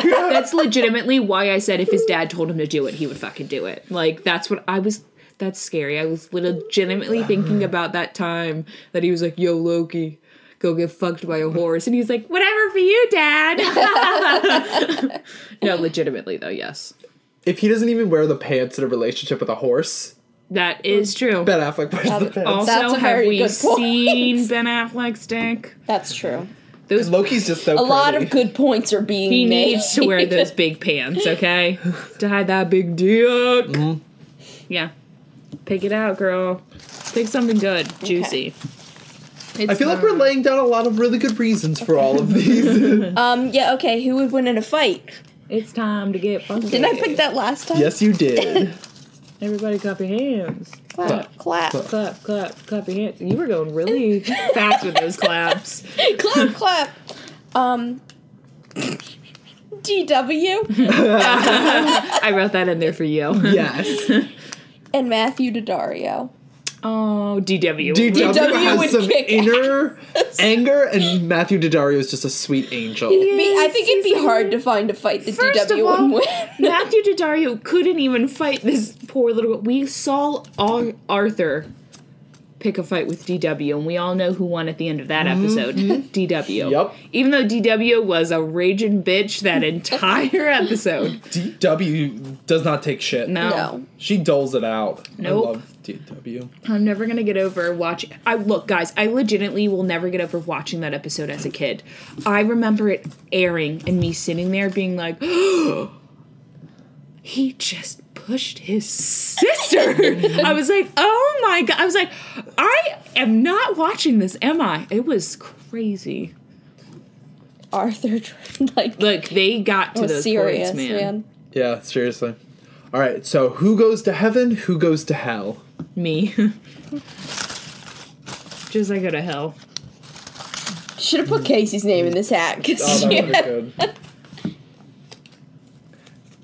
S3: [LAUGHS]
S2: [LAUGHS]
S4: Affleck.
S3: That's legitimately why I said if his dad told him to do it, he would fucking do it. Like that's what I was. That's scary. I was legitimately thinking about that time that he was like, "Yo, Loki, go get fucked by a horse," and he's like, "Whatever for you, Dad." [LAUGHS] no, legitimately though, yes,
S4: [LAUGHS] if he doesn't even wear the pants in a relationship with a horse,
S3: that is true.
S4: Ben Affleck wears the pants.
S3: also,
S2: That's a
S3: have
S2: very
S3: we
S2: good point.
S3: seen Ben Affleck's dick?
S2: That's true.
S3: Those
S4: Loki's just
S2: A
S4: so
S2: lot of
S4: pretty.
S2: good points are being
S3: He
S2: made.
S3: needs to
S2: [LAUGHS]
S3: wear those big pants, okay? to hide that big dick.
S4: Mm-hmm.
S3: Yeah. Pick it out, girl. Pick something good, juicy. It's
S4: I feel like we're laying down a lot of really good reasons for all
S3: [LAUGHS]
S4: of these.
S2: um. Yeah. Okay. Who would win in a fight?
S3: It's time to get funky.
S2: Didn't I pick that last time?
S4: yes,
S3: [LAUGHS]
S4: you did.
S3: Everybody clap your hands.
S2: Clap. Clap. Clap.
S3: Clap, clap, clap your hands. You were going
S2: [LAUGHS]
S3: really fast with those claps.
S2: Clap. Um. DW
S3: I wrote that in there
S2: [LAUGHS]
S3: for you.
S4: Yes,
S2: and Matthew Daddario.
S3: Oh, DW.
S4: DW,
S2: DW would
S4: has some
S2: kick
S4: inner anger, and Matthew Daddario is just a sweet angel.
S2: It'd be- I think it'd be hard to find a fight that
S3: First of
S2: DW
S3: all,
S2: would win.
S3: [LAUGHS]
S2: [LAUGHS]
S3: Matthew Daddario couldn't even fight this poor little. We saw Ar- Arthur pick a fight with DW, and we all know who won at the end of that
S2: Mm-hmm.
S3: episode. [LAUGHS] DW.
S4: Yup.
S3: Even though DW was a raging bitch
S2: [LAUGHS]
S3: that entire episode.
S4: DW does not take shit.
S3: No.
S2: No.
S4: She doles it out.
S3: Nope.
S4: I love DW.
S3: I'm never gonna get over watching. I look, guys. I legitimately will never get over watching that episode as a kid. I remember it airing and me sitting there being like, [GASPS] "He just pushed his sister." [LAUGHS] I was like, "Oh my god!" I was like, "I am not watching this, am I?" It was crazy.
S2: [LAUGHS] Arthur, like,
S3: Look, they got to
S2: was
S3: those
S2: Oh, serious,
S3: points, man.
S2: man.
S4: Yeah, seriously. All right, so who goes to heaven? Who goes to hell?
S3: Me, [LAUGHS] just I go to hell.
S2: Should have put Casey's name in this hat.
S4: Oh,
S2: 'cause
S3: [LAUGHS]
S2: she- [LAUGHS]
S4: good.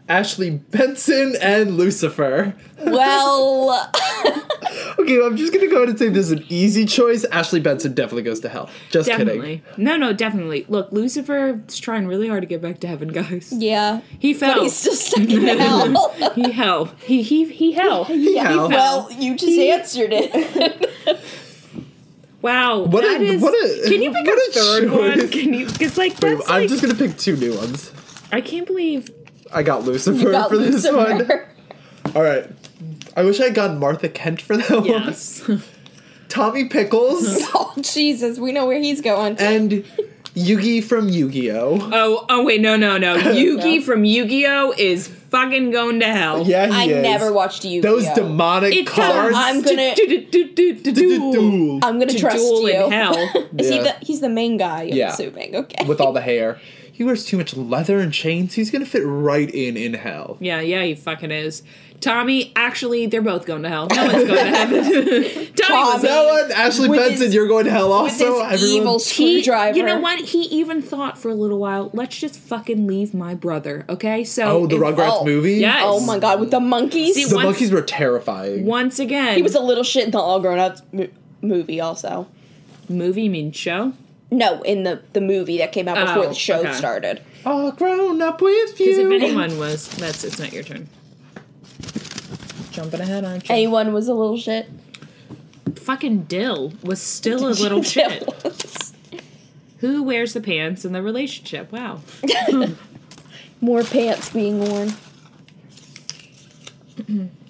S4: Ashley Benson and Lucifer.
S2: [LAUGHS] well,
S4: Okay, I'm just gonna go ahead and say this is an easy choice. Ashley Benson definitely goes to hell. Just kidding.
S3: Definitely. No, no, definitely. Look, Lucifer's trying really hard to get back to heaven,
S2: [LAUGHS]
S3: guys.
S2: yeah,
S3: He
S2: but
S3: fell.
S2: he's still stuck
S3: [LAUGHS]
S2: in hell.
S3: he hell. He he he hell.
S2: [LAUGHS]
S4: Hell.
S2: Well, you just answered it. Wow.
S4: What a-
S2: that is-
S4: what a-
S2: can you pick
S4: what
S2: a
S4: a
S2: third one?
S4: choice.
S2: Can you? Because like
S4: Wait,
S2: that's
S4: I'm
S2: like
S4: just gonna pick two new ones.
S2: I can't believe
S4: I got Lucifer
S2: about
S4: for this one.
S2: Lucifer.
S4: [LAUGHS] All right. I wish I had gotten Martha Kent for that one.
S3: Yes. [LAUGHS]
S4: Tommy
S2: [LAUGHS]
S4: Pickles
S2: [LAUGHS] Oh Jesus, we know where he's going.
S4: and Yugi from Yu-Gi-Oh.
S3: oh, oh wait, no, no,
S4: [LAUGHS]
S3: no. Yugi from Yu-Gi-Oh is fucking going to hell.
S4: Yeah, he
S2: I
S4: is.
S2: never watched you.
S4: Those demonic
S3: It's
S4: cards.
S2: I'm gonna.
S3: Do-do-do-do-do-do.
S4: Duel.
S2: I'm gonna
S3: to
S2: trust
S3: duel
S2: you.
S3: in hell.
S2: [LAUGHS] Is he
S4: Yeah.
S2: the, he's the main guy? I'm
S4: Yeah.
S2: assuming. Okay.
S4: With all the hair. He wears too much leather and chains. He's gonna fit right in in hell.
S3: Yeah, yeah, he fucking is. Tommy, actually, they're both going to hell. No one's
S4: [LAUGHS]
S3: going to heaven. [LAUGHS] Tommy was
S2: Tommy.
S4: That one, Ashley
S2: With
S4: Benson,
S2: his-
S4: you're going to hell
S2: With
S4: also.
S2: [LAUGHS] this
S4: everyone.
S2: evil screwdriver.
S3: You know what? He even thought for a little while, let's just fucking leave my brother, okay? So
S4: Oh, the
S3: if-
S4: Rugrats
S2: oh,
S4: movie?
S3: yes.
S2: Oh my god, with the monkeys.
S3: See,
S4: The
S3: Once-
S4: monkeys were terrifying.
S3: once again,
S2: he was a little shit in the All Grown Ups mo- movie, also.
S3: movie mean show.
S2: No, in the the movie that came out before
S3: Oh,
S2: the show
S3: okay.
S2: started.
S4: All grown up with
S3: Because if
S4: you.
S3: anyone was, that's it's not your turn. Jumping ahead, aren't you?
S2: Anyone was a little shit.
S3: fucking Dill
S2: [LAUGHS]
S3: was still a little shit. Who wears the pants in the relationship? Wow.
S2: More pants being worn.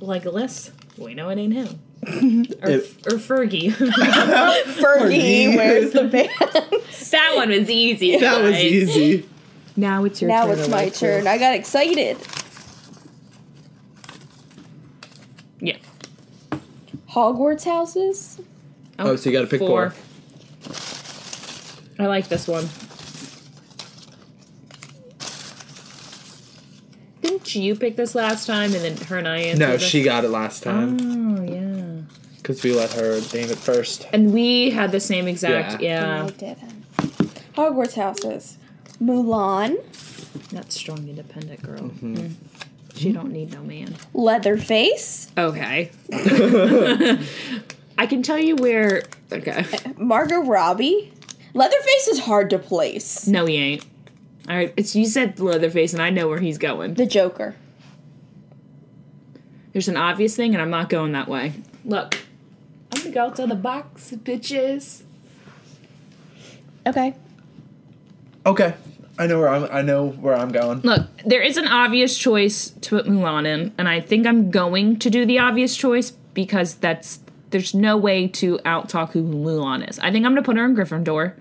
S3: Like Alyssa, we know it ain't him. Or,
S4: It-
S3: or Fergie. [LAUGHS]
S2: Fergie
S4: Fergie.
S2: wears the pants.
S3: that one was easy.
S4: that was
S3: guys.
S4: easy.
S3: Now it's
S2: [LAUGHS]
S3: your
S2: now
S3: turn.
S2: it's my
S3: Alyssa.
S2: turn. I got excited.
S3: Yeah.
S2: Hogwarts houses.
S4: Oh, so you gotta pick four.
S3: I like this one. Didn't you pick this last time and then her and I answered?
S4: No,
S3: this?
S4: she got it Ah. last time
S3: Oh, yeah.
S4: because we let her name it first.
S3: And we had the same exact.
S2: No,
S3: Yeah.
S2: I didn't. Hogwarts houses. Mulan.
S3: That strong, independent girl.
S4: Mm-hmm.
S3: Mm. She don't need no man.
S2: Leatherface.
S3: [LAUGHS] Okay. I can tell you where. Okay.
S2: Margot Robbie. Leatherface is hard to place.
S3: No, he ain't. All right. It's you said Leatherface, and I know where he's going.
S2: The Joker.
S3: There's an obvious thing, and I'm not going that way. Look, I'm gonna go to the box, bitches.
S2: Okay.
S4: Okay, I know where I'm. I know where I'm going.
S3: Look, there is an obvious choice to put Mulan in, and I think I'm going to do the obvious choice because that's there's no way to out talk who Mulan is. I think I'm gonna put her in Gryffindor,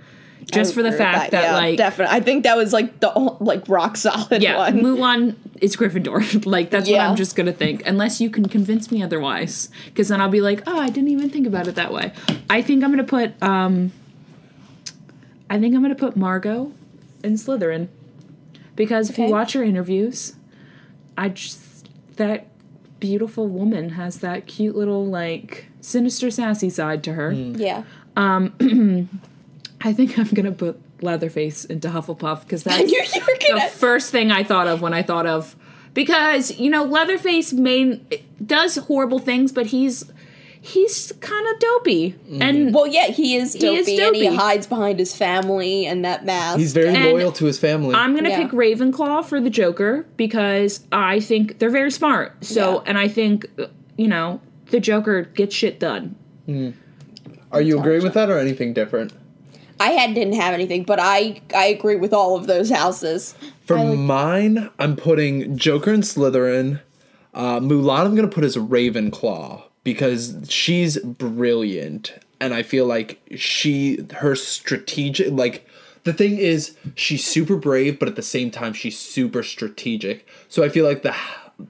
S3: just
S2: Oh,
S3: for the fact that, like
S2: definitely, I think that was like the o- like rock solid
S3: yeah,
S2: one.
S3: Mulan is Gryffindor. [LAUGHS] like that's what
S2: Yeah.
S3: I'm just gonna think, unless you can convince me otherwise. Because then I'll be like, oh, I didn't even think about it that way. I think I'm gonna put um, I think I'm gonna put Margot in Slytherin, because if
S2: Okay.
S3: you watch her interviews, I just that beautiful woman has that cute little like sinister sassy side to her.
S2: [LAUGHS] yeah.
S3: I think I'm gonna put Leatherface into Hufflepuff because
S2: [LAUGHS] I
S3: that's
S2: knew you were
S3: the
S2: gonna.
S3: first thing I thought of when I thought of because you know Leatherface main does horrible things, but he's he's kind of dopey and
S2: well, yeah, he is dopey,
S3: He is
S2: and he
S3: dopey.
S2: hides behind his family and that mask.
S4: He's very
S3: And
S4: loyal to his family.
S3: I'm gonna
S2: Yeah.
S3: pick Ravenclaw for the Joker because I think they're very smart. So
S2: Yeah.
S3: and I think you know the Joker gets shit done.
S4: Are you agreeing with that or anything different?
S2: I had didn't have anything, but I I agree with all of those houses.
S4: For mine, I'm putting Joker and Slytherin. Uh, Mulan, I'm gonna put as Ravenclaw because she's brilliant, and I feel like she her strategic like the thing is she's super brave, but at the same time she's super strategic. So I feel like the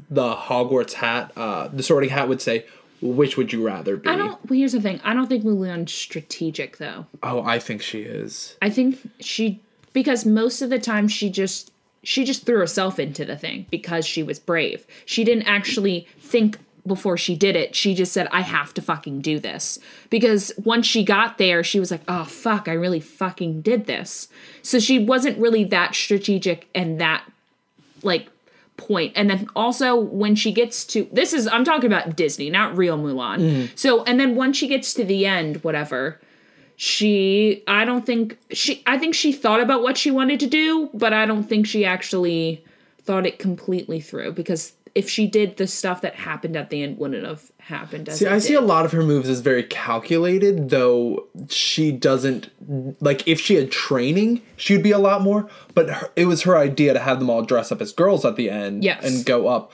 S4: the Hogwarts hat, uh, the Sorting Hat would say, which would you rather be?
S3: I don't. Well, here's the thing. I don't think Mulan's strategic though.
S4: oh, I think she is.
S3: I think she because most of the time she just she just threw herself into the thing because she was brave. She didn't actually think before she did it. She just said I have to fucking do this. Because once she got there, she was like, "Oh fuck, I really fucking did this." So she wasn't really that strategic and that like point. And then also when she gets to this is I'm talking about Disney, not real Mulan.
S4: Mm-hmm.
S3: So and then once she gets to the end, whatever, she I don't think she I think she thought about what she wanted to do, but I don't think she actually thought it completely through because if she did the stuff that happened at the end wouldn't have happened. As
S4: See,
S3: it
S4: I see
S3: did.
S4: a lot of her moves as very calculated, though she doesn't like if she had training, she'd be a lot more. But her, it was her idea to have them all dress up as girls at the end,
S3: Yes.
S4: and go up.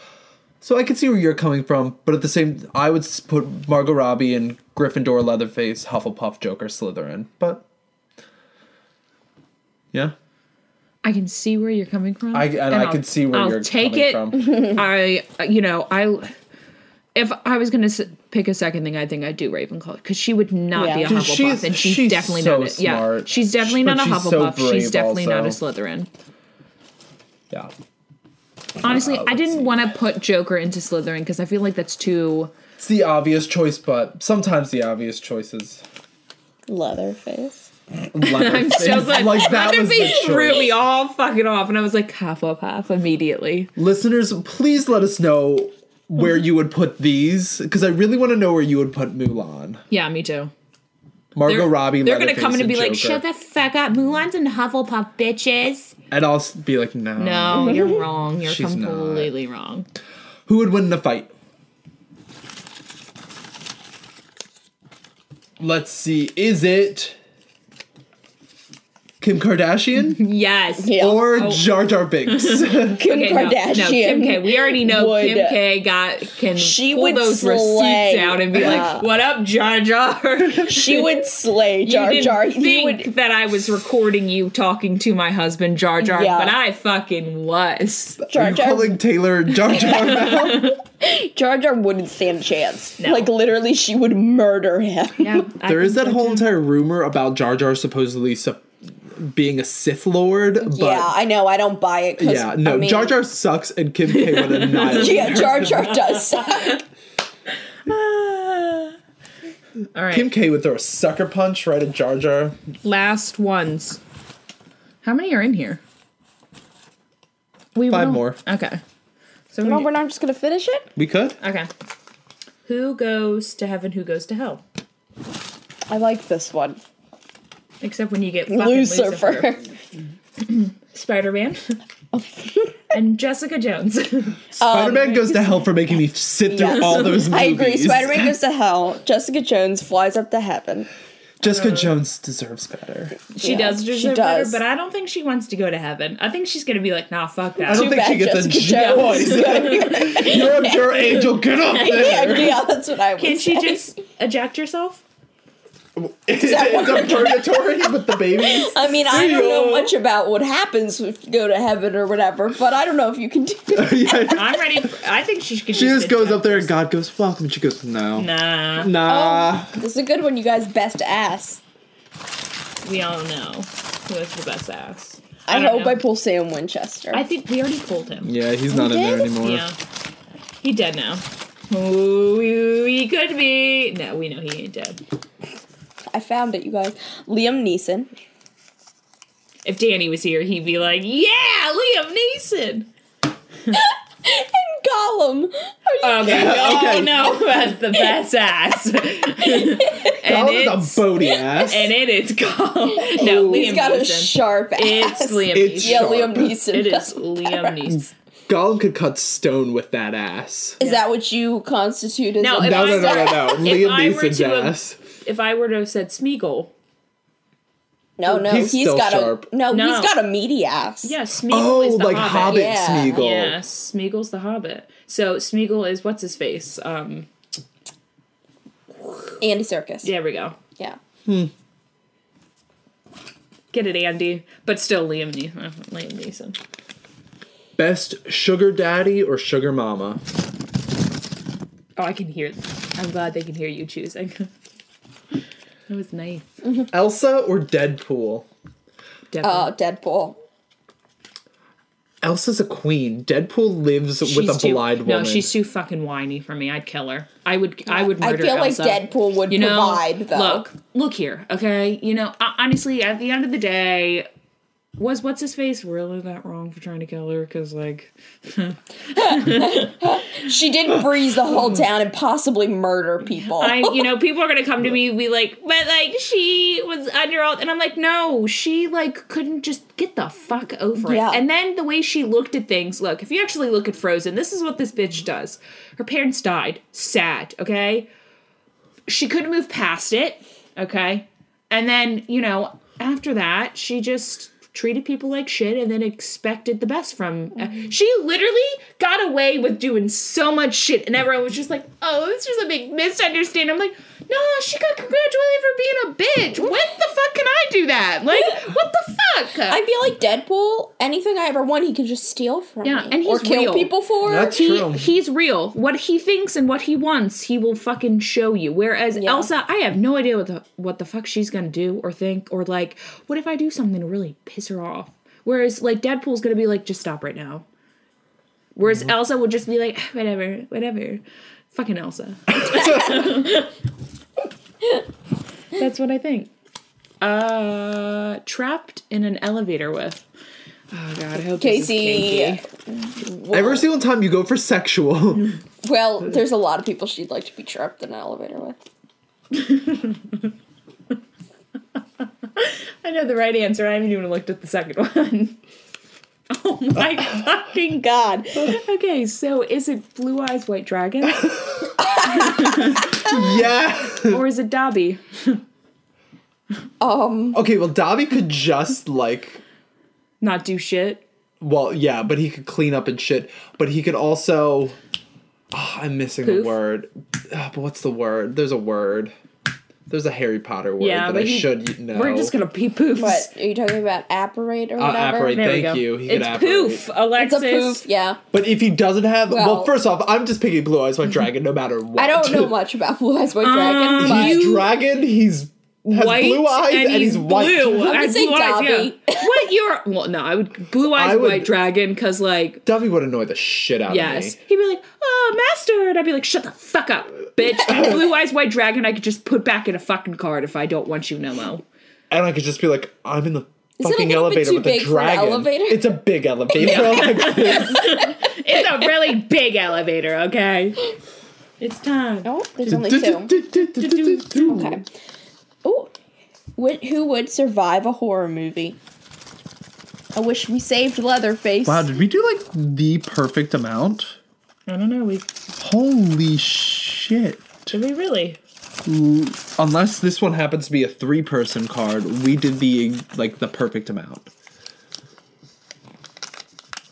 S4: So I can see where you're coming from, but at the same, I would s- put Margot Robbie and Gryffindor, Leatherface, Hufflepuff, Joker, Slytherin. But yeah,
S3: I can see where you're coming from.
S4: I and, I can see where you're
S3: take
S4: coming
S3: it. [LAUGHS]
S4: from.
S3: I, you know, I. If I was gonna s- pick a second thing, I think I'd do Ravenclaw because she would not
S2: Yeah.
S3: be a
S2: Dude,
S3: Hufflepuff,
S4: she's-
S3: and she's,
S4: she's
S3: definitely
S4: so
S3: not. A, Yeah,
S4: smart,
S3: she's definitely
S4: but
S3: not a
S4: she's so
S3: Hufflepuff. she's
S4: brave
S3: definitely not a
S4: also.
S3: Slytherin.
S4: Yeah,
S3: Honestly,
S4: Uh,
S3: I didn't want to put Joker into Slytherin because I feel like that's too.
S4: it's the obvious choice, but sometimes the
S3: [LAUGHS]
S4: obvious choices.
S2: Leatherface.
S4: I'm
S3: So glad [LAUGHS]
S4: like that was the
S3: Leatherface threw
S4: choice.
S3: me all fucking off, and I was like Hufflepuff immediately.
S4: Listeners, please let us know where
S3: Mm-hmm.
S4: you would put these because I really want to know where you would put Mulan,
S3: Yeah, me too.
S4: Margot Robbie.
S3: They're gonna come in
S4: Leatherface,
S3: and be like,
S4: Joker."
S3: "Shut the fuck up, Mulan's in Hufflepuff, bitches."
S4: and I'll s- be like,
S2: [LAUGHS]
S4: "No,
S3: No, you're wrong. You're
S4: She's not.
S3: completely wrong.
S4: Who would win in a fight? Let's see. Is it Kim Kardashian
S3: [LAUGHS] Yes.
S2: Yeah.
S4: or
S3: Oh.
S4: Jar
S3: [LAUGHS]
S4: Jar Binks? [LAUGHS]
S2: Kim
S3: Okay, no,
S2: Kardashian.
S3: No, Kim K. We already know
S2: would-
S3: Kim K got can
S2: She
S3: pull
S2: would
S3: those
S2: slay.
S3: receipts out and be
S2: Yeah.
S3: like, "What up, Jar Jar?"
S2: [LAUGHS] She would slay
S3: [LAUGHS] You
S2: Jar
S3: didn't
S2: Jar. You
S3: think
S2: would.
S3: that I was recording you talking to my husband Jar Jar,
S2: Yeah.
S3: but I
S2: [LAUGHS]
S3: fucking was.
S4: Are
S2: Jar
S4: you
S2: Jar,
S4: calling Taylor Jar
S3: [LAUGHS]
S4: Jar now?
S2: Jar Jar wouldn't stand a chance.
S3: No.
S2: Like literally, she would murder him. [LAUGHS]
S3: Yeah,
S4: There is that
S3: [LAUGHS]
S4: whole entire rumor about Jar Jar supposedly su- being a Sith Lord, but
S2: yeah, I know. I don't buy it. 'cause,
S4: yeah, no,
S2: I mean-
S4: Jar Jar sucks, and Kim K would annihilate.
S2: [LAUGHS] Yeah, Jar Jar does.
S4: [LAUGHS]
S2: suck.
S3: All right,
S4: Kim K would throw a sucker punch right at Jar Jar.
S3: last ones. How many are in here? We
S4: Five
S3: will-
S4: more.
S3: Okay. So
S2: no,
S3: we-
S2: we're not just gonna finish it.
S4: We could.
S3: Okay. Who goes to heaven? Who goes to hell?
S2: I like this one.
S3: Except when you get fucking Lucifer,
S2: Lucifer. [LAUGHS]
S3: Spider Man, and Jessica Jones. [LAUGHS]
S4: Spider Man goes to hell for making me sit through
S2: Um, Yes.
S4: all those movies.
S2: [LAUGHS] [LAUGHS] I agree. Spider Man goes to hell. Jessica Jones flies up to heaven.
S4: [LAUGHS]
S2: [LAUGHS]
S4: Jessica Jones deserves better.
S3: she
S2: Yeah,
S3: does
S2: she
S3: deserve better,
S2: does.
S3: but I don't think she wants to go to heaven. I think she's gonna be like, nah, fuck that.
S4: I don't
S2: Too
S4: think she
S2: bad
S4: gets a
S2: Jessica
S4: [LAUGHS] choice. You're a pure angel. Get up
S2: [LAUGHS] Yeah,
S4: there.
S2: yeah, that's what I would
S3: Can
S2: say.
S3: she just eject herself?
S4: it's a
S2: [LAUGHS]
S4: purgatory with the babies. [LAUGHS]
S2: I mean, I don't know
S4: Hey-yo.
S2: much about what happens if you go to heaven or whatever, but I don't know if you can do it.
S4: yeah.
S3: I'm ready. I think she could.
S4: She just goes up there and God goes, welcome. She goes, no.
S3: Nah,
S4: Nah.
S2: This is a good one, you guys. Best ass.
S3: we all know who has the best ass.
S2: I,
S3: don't
S2: hope
S3: know.
S2: I pull Sam Winchester.
S3: I think we already pulled him.
S4: Yeah, he's not in there
S2: did?
S4: anymore.
S3: Yeah, he dead now. Ooh, he could be. No, we know he ain't dead.
S2: I found it, you guys. Liam Neeson. [LAUGHS]
S3: If Danny was here, he'd be like, "Yeah, Liam Neeson."
S2: And Gollum. Are you
S3: Okay. [LAUGHS]
S4: Okay.
S3: Oh no, that's the best ass. and
S4: That was
S3: it's
S4: a bony ass.
S3: and it is called no Liam
S2: He's got
S3: Neeson.
S2: a sharp ass.
S3: it's Liam
S4: It's
S3: Neeson.
S2: Yeah,
S4: sharp.
S2: Liam Neeson.
S3: It is
S2: does better.
S3: Liam Neeson.
S4: Gollum could cut stone with that ass.
S2: Is that what you constitute as
S3: No,
S2: a
S3: if
S4: No,
S3: I
S4: no, no, no,
S3: were-
S4: no.
S3: if
S4: Liam
S3: I were
S4: Neeson's
S3: to have-
S4: ass.
S3: If I were to have said Smeagol,
S2: No, no,
S4: He's
S2: he's
S4: still
S2: got
S4: sharp.
S2: a no,
S3: No.
S2: he's got a meaty ass.
S3: yeah, Smeagol
S4: Oh,
S3: is the
S4: like
S3: Hobbit.
S4: Hobbit,
S2: Yeah.
S4: Smeagol.
S3: Yes, Smeagol's the Hobbit. So Smeagol is what's his face? Um,
S2: Andy Circus.
S3: there we go.
S2: yeah.
S3: Get it, Andy. But still, Liam Neeson. Liam Neeson.
S4: Best sugar daddy or sugar mama?
S3: Oh, I can hear. I'm glad they can hear you choosing. [LAUGHS] that was nice.
S4: Elsa or Deadpool?
S3: Definitely.
S2: Oh, Deadpool.
S4: Elsa's a queen. Deadpool lives with
S3: She's
S4: a
S3: too-
S4: blind
S3: No,
S4: woman. [LAUGHS]
S3: she's [LAUGHS] too fucking whiny for me. I'd kill her. I would. I would
S2: I
S3: murder.
S2: feel like
S3: Elsa.
S2: Deadpool would
S3: You know,
S2: provide though.
S3: look, look here, okay. You know, ho- honestly, at the end of the day, Was what's his face really that wrong for trying to kill her? Because like,
S2: She did freeze the
S3: [LAUGHS]
S2: whole town and possibly murder people.
S3: I you know people are gonna come to me and be like, but like she was under oath, and I'm like, no, she like couldn't just get the fuck over
S2: Yeah.
S3: it. And then the way she looked at things, look, if you actually look at Frozen, this is what this bitch does. Her parents died, sad, okay. She couldn't move past it, okay, and then you know after that she just treated people like shit and then expected the best from uh, she literally got away with doing so much shit and everyone was just like oh this was a big misunderstanding i'm like no she got congratulated for being a bitch when the fuck can i do that like what the fuck
S2: I feel like Deadpool, anything I ever want, he can just steal from
S3: Yeah,
S2: me.
S3: and
S2: or
S3: he's
S2: kill
S3: real.
S2: people for.
S4: That's
S3: he,
S4: true.
S3: he's real. What he thinks and what he wants, he will fucking show you. Whereas Elsa, I have no idea what the what the fuck she's gonna do or think or like. What if I do something to really piss her off? Whereas like Deadpool's gonna be like, just stop right now. Whereas Elsa would just be like, [SIGHS] whatever, whatever. Fucking Elsa. That's what I think. Uh, trapped in an elevator with. Oh god, I hope This is kinky.
S2: Casey.
S4: Every single time you go for sexual, [LAUGHS]
S2: Well, there's a lot of people she'd like to be trapped in an elevator with.
S3: I know the right answer. I haven't even looked at the second [LAUGHS] one. Oh my fucking god. [LAUGHS] Okay, so is it Blue Eyes White Dragon
S4: [LAUGHS] yeah.
S3: or is it Dobby?
S2: Um,
S4: Okay, well, Dobby could just like,
S3: Not do shit.
S4: well, yeah, but he could clean up and shit. But he could also, Ah, I'm missing the
S3: Poof?
S4: word. Ah, but what's the word? There's a word. There's a Harry Potter word
S3: Yeah,
S4: that
S3: but
S4: I
S3: he-
S4: should know.
S3: We're just gonna pee poofs.
S2: what are you talking about? Apparate or
S4: Uh,
S2: whatever.
S4: apparate.
S3: There we
S4: Thank
S3: go.
S4: you. He could
S3: it's poof,
S2: It's a
S3: Alexis.
S2: poof. Yeah,
S4: But if he doesn't have, well,
S2: Well-
S4: first off, I'm just picking Blue Eyes
S2: [LAUGHS]
S4: White Dragon no matter what.
S2: I don't
S3: [LAUGHS]
S2: know
S4: [LAUGHS]
S2: much about Blue Eyes White
S3: Um,
S2: Dragon, but
S4: He's
S3: You-
S4: dragon. He's has
S3: White
S4: blue eyes and, he's, white.
S3: blue. I
S2: say Dobby.
S3: What you're? Well, no, I would blue eyes
S4: I would-
S3: white dragon because like
S4: [LAUGHS] Duffy would annoy the shit out
S3: yes,
S4: of me.
S3: he'd be like, "Oh, master," and I'd be like, "Shut the fuck up, bitch."
S4: [LAUGHS]
S3: blue eyes white dragon, I could just put back in a fucking card if I don't want you no mo.
S4: And I could just be like, I'm in the
S2: it a
S4: fucking
S2: little bit
S4: elevator
S2: too
S4: with a
S2: big for an
S4: dragon.
S2: elevator?
S4: It's a big elevator. [LAUGHS] Alexis.
S3: It's a
S4: [LAUGHS]
S3: really big elevator, okay? It's time.
S2: no, there's [LAUGHS] only two. [LAUGHS] Okay.
S4: [LAUGHS]
S2: Oh, Wh- who would survive a horror movie? I wish we saved Leatherface.
S4: Wow, did we do like the perfect amount?
S3: I don't know. We
S4: Holy shit.
S3: did we really?
S4: Unless this one happens to be a three person card, we did the like the perfect amount.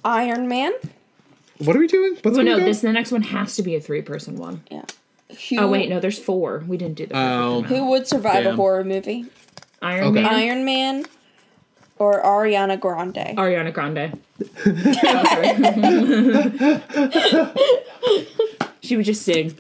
S2: Iron Man.
S4: What are we doing? What's
S3: Well,
S4: going
S3: Oh, no.
S4: on?
S3: This the next one has to be a three person one.
S2: Yeah. Who,
S3: Oh wait, no. There's four. We didn't do the perfect
S4: Oh.
S3: amount.
S2: Who would survive a
S4: Damn.
S2: horror movie?
S3: Iron
S4: Okay.
S3: Man.
S2: Iron Man or Ariana Grande?
S3: Ariana
S4: [LAUGHS]
S3: Grande. she would just [LAUGHS] sing.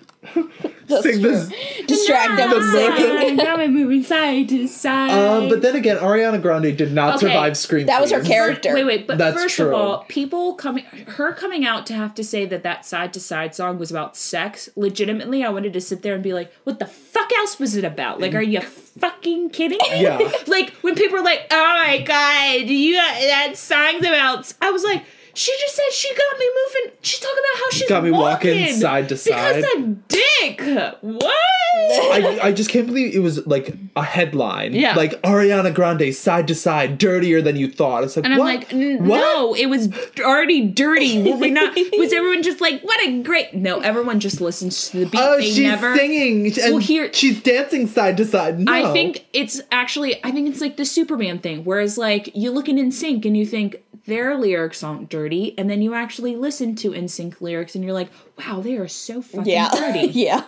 S2: That's
S4: Sing
S2: true.
S4: this-
S2: Distract them with singing.
S3: now I'm moving side to side.
S4: Um, but then again, Ariana Grande did not
S3: Okay.
S4: survive Scream.
S2: That was her
S4: Queens.
S2: character.
S3: Wait, wait, but
S4: That's
S3: first
S4: true.
S3: of all, people coming, her coming out to have to say that that side to side song was about sex. Legitimately, I wanted to sit there and be like, "What the fuck else was it about? Like, are you fucking kidding me?"
S4: Yeah.
S3: [LAUGHS] like when people are like, "Oh my god, you that song's about," s-" I was like, "She just said she got me moving. She's talking about how she's
S4: Got me walking side to side.
S3: because a dick. What?
S4: I, I just can't believe it was like a headline.
S3: Yeah.
S4: Like Ariana Grande side to side, dirtier than you thought. It's like
S3: And I'm
S4: what?
S3: like, N-
S4: What?
S3: no, it was already dirty. Were we
S4: [LAUGHS]
S3: not? Was everyone just like, what a great? No, everyone just listens to the beat.
S4: Oh,
S3: they
S4: she's
S3: never.
S4: singing and
S3: Well, here-
S4: she's dancing side to side. No.
S3: I think it's actually, I think it's like the Superman thing, whereas like you look at NSYNC and you think their lyrics aren't dirty, and then you actually listen to NSYNC lyrics and you're like, wow, they are so fucking
S2: Yeah. [LAUGHS]
S3: dirty.
S4: [LAUGHS]
S2: yeah.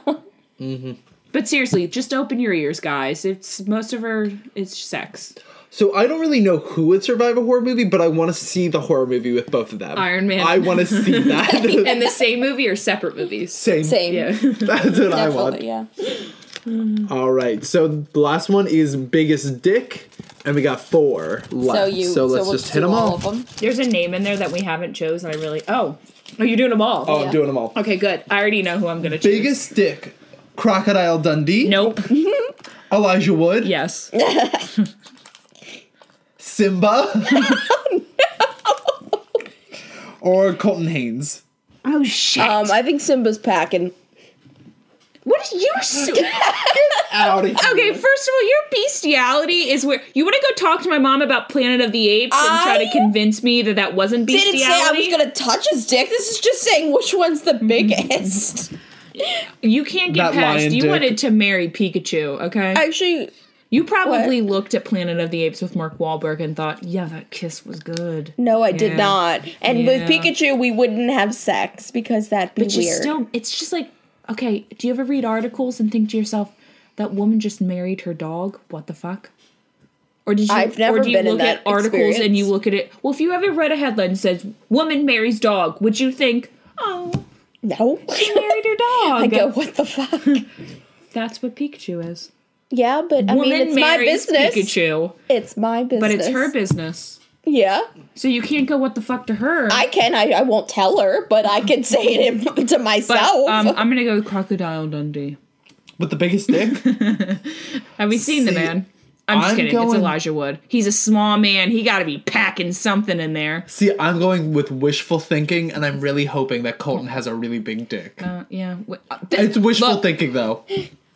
S3: But seriously, just open your ears, guys. It's most of her, it's sex.
S4: so. I don't really know who would survive a horror movie, but I want to see the horror movie with both of them.
S3: Iron Man.
S4: I want
S3: [LAUGHS]
S4: to see that.
S3: And the same movie or separate movies?
S4: Same.
S2: Same.
S3: Yeah.
S4: That's what I want.
S2: Definitely, yeah.
S4: All right. So the last one is biggest dick, and we got four
S2: So
S4: left. So,
S2: you.
S4: let's
S2: we'll
S4: just hit
S2: do
S4: them all.
S2: of them.
S3: There's a name in there that we haven't chose, and I really, oh, oh, you're doing them all.
S4: Oh,
S2: Yeah.
S4: I'm doing them all.
S3: Okay, good. I already know who I'm gonna choose.
S4: Biggest dick. Crocodile Dundee.
S3: Nope.
S4: Elijah Wood.
S3: yes.
S2: [LAUGHS]
S4: Simba. [LAUGHS] Or Colton Haynes.
S3: Oh shit!
S2: Um, I think Simba's packing.
S3: what is your su-
S4: Out of here.
S3: okay? First of all, your bestiality is where you want to go talk to my mom about Planet of the Apes and try
S2: I
S3: to convince me that that wasn't
S2: Didn't
S3: bestiality.
S2: say I was gonna touch his dick. This is just saying which one's
S3: [LAUGHS]
S2: the biggest.
S3: You can't get
S4: That lion
S3: past. You
S4: dick.
S3: wanted to marry Pikachu, okay?
S2: Actually,
S3: you probably looked at Planet of the Apes with Mark Wahlberg and thought, "Yeah, that kiss was good."
S2: no, I did
S3: Yeah.
S2: not. And with
S3: Yeah.
S2: Pikachu, we wouldn't have sex because that'd be
S3: But you
S2: weird.
S3: still, it's just like, okay, do you ever read articles and think to yourself, that woman just married her dog? What the fuck? Or did you?
S2: I've never
S3: or do you
S2: been in
S3: look
S2: that
S3: at articles and you
S2: experience.
S3: look at it? Well, if you ever read a headline that says "woman marries dog," would you think, "Oh,
S2: no.
S3: [LAUGHS] she married her dog"?
S2: [LAUGHS] I go, what the fuck? [LAUGHS]
S3: That's what Pikachu is.
S2: yeah, but I mean,
S3: woman
S2: it's my
S3: marries
S2: business.
S3: Pikachu,
S2: It's my business.
S3: but it's her business.
S2: Yeah,
S3: So you can't go what the fuck to her.
S2: I can. I, I won't tell her, but I can say it in- [LAUGHS] to
S3: but,
S2: myself.
S3: um, I'm gonna go with Crocodile Dundee.
S4: With the biggest dick? [LAUGHS]
S3: Have we seen the
S4: See,
S3: man? I'm just
S4: I'm
S3: kidding. It's
S4: going-
S3: Elijah Wood. He's a small man. He got to be packing something in there.
S4: See, I'm going with wishful thinking, and I'm really hoping that Colton has a really big dick.
S3: Uh, yeah. Wh- uh, th-
S4: It's wishful
S3: look,
S4: thinking, though.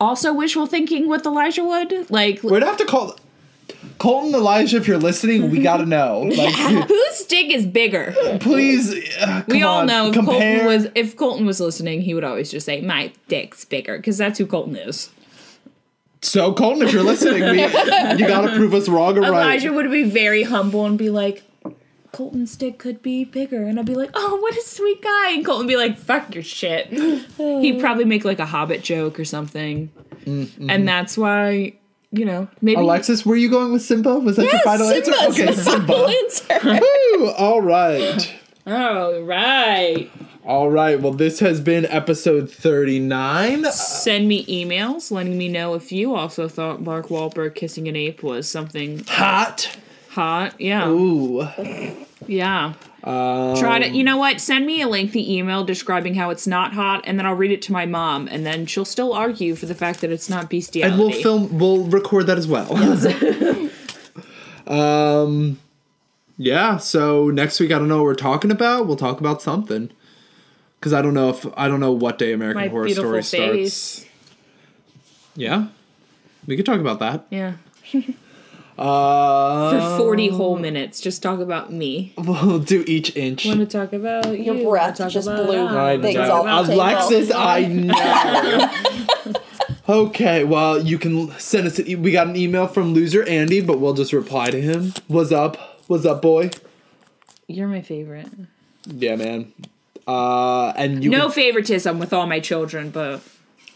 S3: Also, wishful thinking with Elijah Wood. Like,
S4: We'd have to call Colton Elijah if you're listening. We gotta know. Like,
S3: whose dick is bigger?
S4: please. Uh,
S3: We
S4: come
S3: all
S4: on,
S3: know if Colton
S4: compare-
S3: was if Colton was listening, he would always just say, "My dick's bigger," because that's who Colton is.
S4: So Colton, if you're
S3: [LAUGHS]
S4: listening, we, you gotta prove us wrong or right.
S3: Elijah would be very humble and be like, Colton's dick could be bigger. And I'd be like, oh, what a sweet guy. And Colton would be like, fuck your
S4: [LAUGHS]
S3: shit. He'd probably make like a hobbit joke or something.
S4: Mm-hmm.
S3: And that's why, you know, maybe.
S4: Alexis, were you going with Simba? Was that your final
S2: Simba's
S3: [LAUGHS]
S4: answer? Okay,
S2: the final
S4: Simba.
S2: answer.
S4: Woo! All right.
S3: All Oh, right.
S4: All right. Well, this has been episode 39.
S3: Send me emails letting me know if you also thought Mark Wahlberg kissing an ape was something
S4: Hot.
S3: hot. Yeah.
S4: Ooh.
S3: Yeah. Try to, you know what? Send me a lengthy email describing how it's not hot, and then I'll read it to my mom, and then she'll still argue for the fact that it's not bestiality.
S4: And we'll film, we'll record that as well. [LAUGHS] um, yeah. So next week, I don't know what we're talking about. We'll talk about something. Because I don't know if I don't know what day American
S3: My
S4: Horror
S3: beautiful
S4: Story
S3: face.
S4: starts. Yeah, we could talk about that.
S3: Yeah.
S4: Uh,
S3: For 40 whole minutes, just talk about me.
S4: [LAUGHS] we'll do each inch.
S3: want to talk about
S2: Your breath just blew things
S4: know.
S2: off the table.
S4: Alexis,
S2: [LAUGHS]
S4: I know. okay, well, you can send us. An e- we got an email from loser Andy, but we'll just reply to him. What's up? What's up, boy?
S3: You're my favorite.
S4: Yeah, man. Uh, and you.
S3: No
S4: can-
S3: favoritism with all my children, but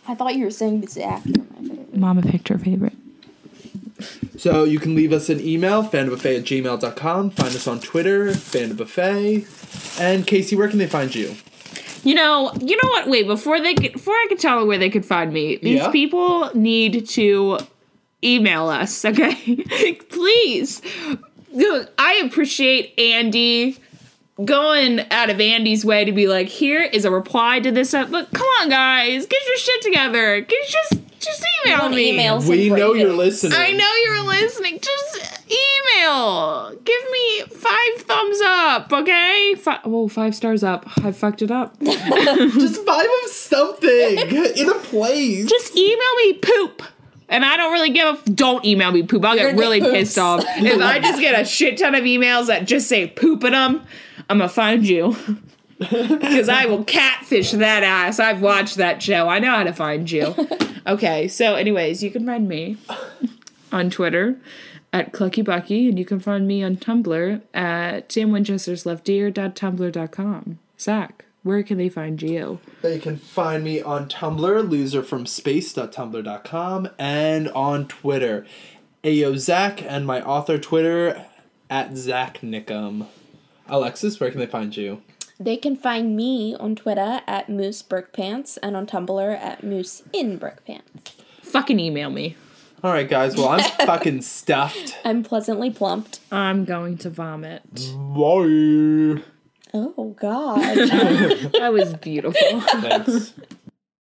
S2: I thought you were saying this after my favorite.
S3: Mama picked her favorite.
S4: so you can leave us an email, fanbuffet at gmail.com. Find us on Twitter, fanbuffet. And Casey, where can they find you?
S3: You know, you know what? Wait, before they could, before I could tell where they could find me, these
S4: Yeah?
S3: people need to email us, okay? [LAUGHS] Please. Look, I appreciate Andy going out of Andy's way to be like, here is a reply to this. Up, but come on, guys, get your shit together. Get just just email
S2: want
S3: me.
S2: emails?
S4: We
S2: Listen,
S4: know
S2: right
S4: you're
S2: now.
S4: listening.
S3: I know you're listening. Just email. Give me five thumbs up, okay? Fi- well, five stars up. I fucked it up.
S4: Just vibe
S3: [LAUGHS]
S4: of something in a place.
S3: just email me poop. And I don't really give a. F- don't email me poop. I'll get
S2: the
S3: really
S2: poops.
S3: pissed off if I just get a shit ton of emails that just say poop in them. I'm gonna find you because I will catfish that ass. I've watched that show. I know how to find you. Okay, so anyways, you can find me on Twitter at Clucky Bucky, and you can find me on Tumblr at Sam Winchester's Left Ear.tumblr.com. Zach, where can they find you?
S4: They can find me on Tumblr, loserfromspace.tumblr.com, and on Twitter, AOZach, and my author Twitter, at Zach Nickum. Alexis, where can they find you?
S2: They can find me on Twitter at Moose Brickpants and on Tumblr at Moose in Brickpants.
S3: Fucking email me.
S4: All right, guys. Well, I'm fucking stuffed.
S2: I'm pleasantly plumped.
S3: I'm going to vomit.
S4: Bye.
S2: Oh God.
S3: [LAUGHS] That was beautiful.
S4: Thanks.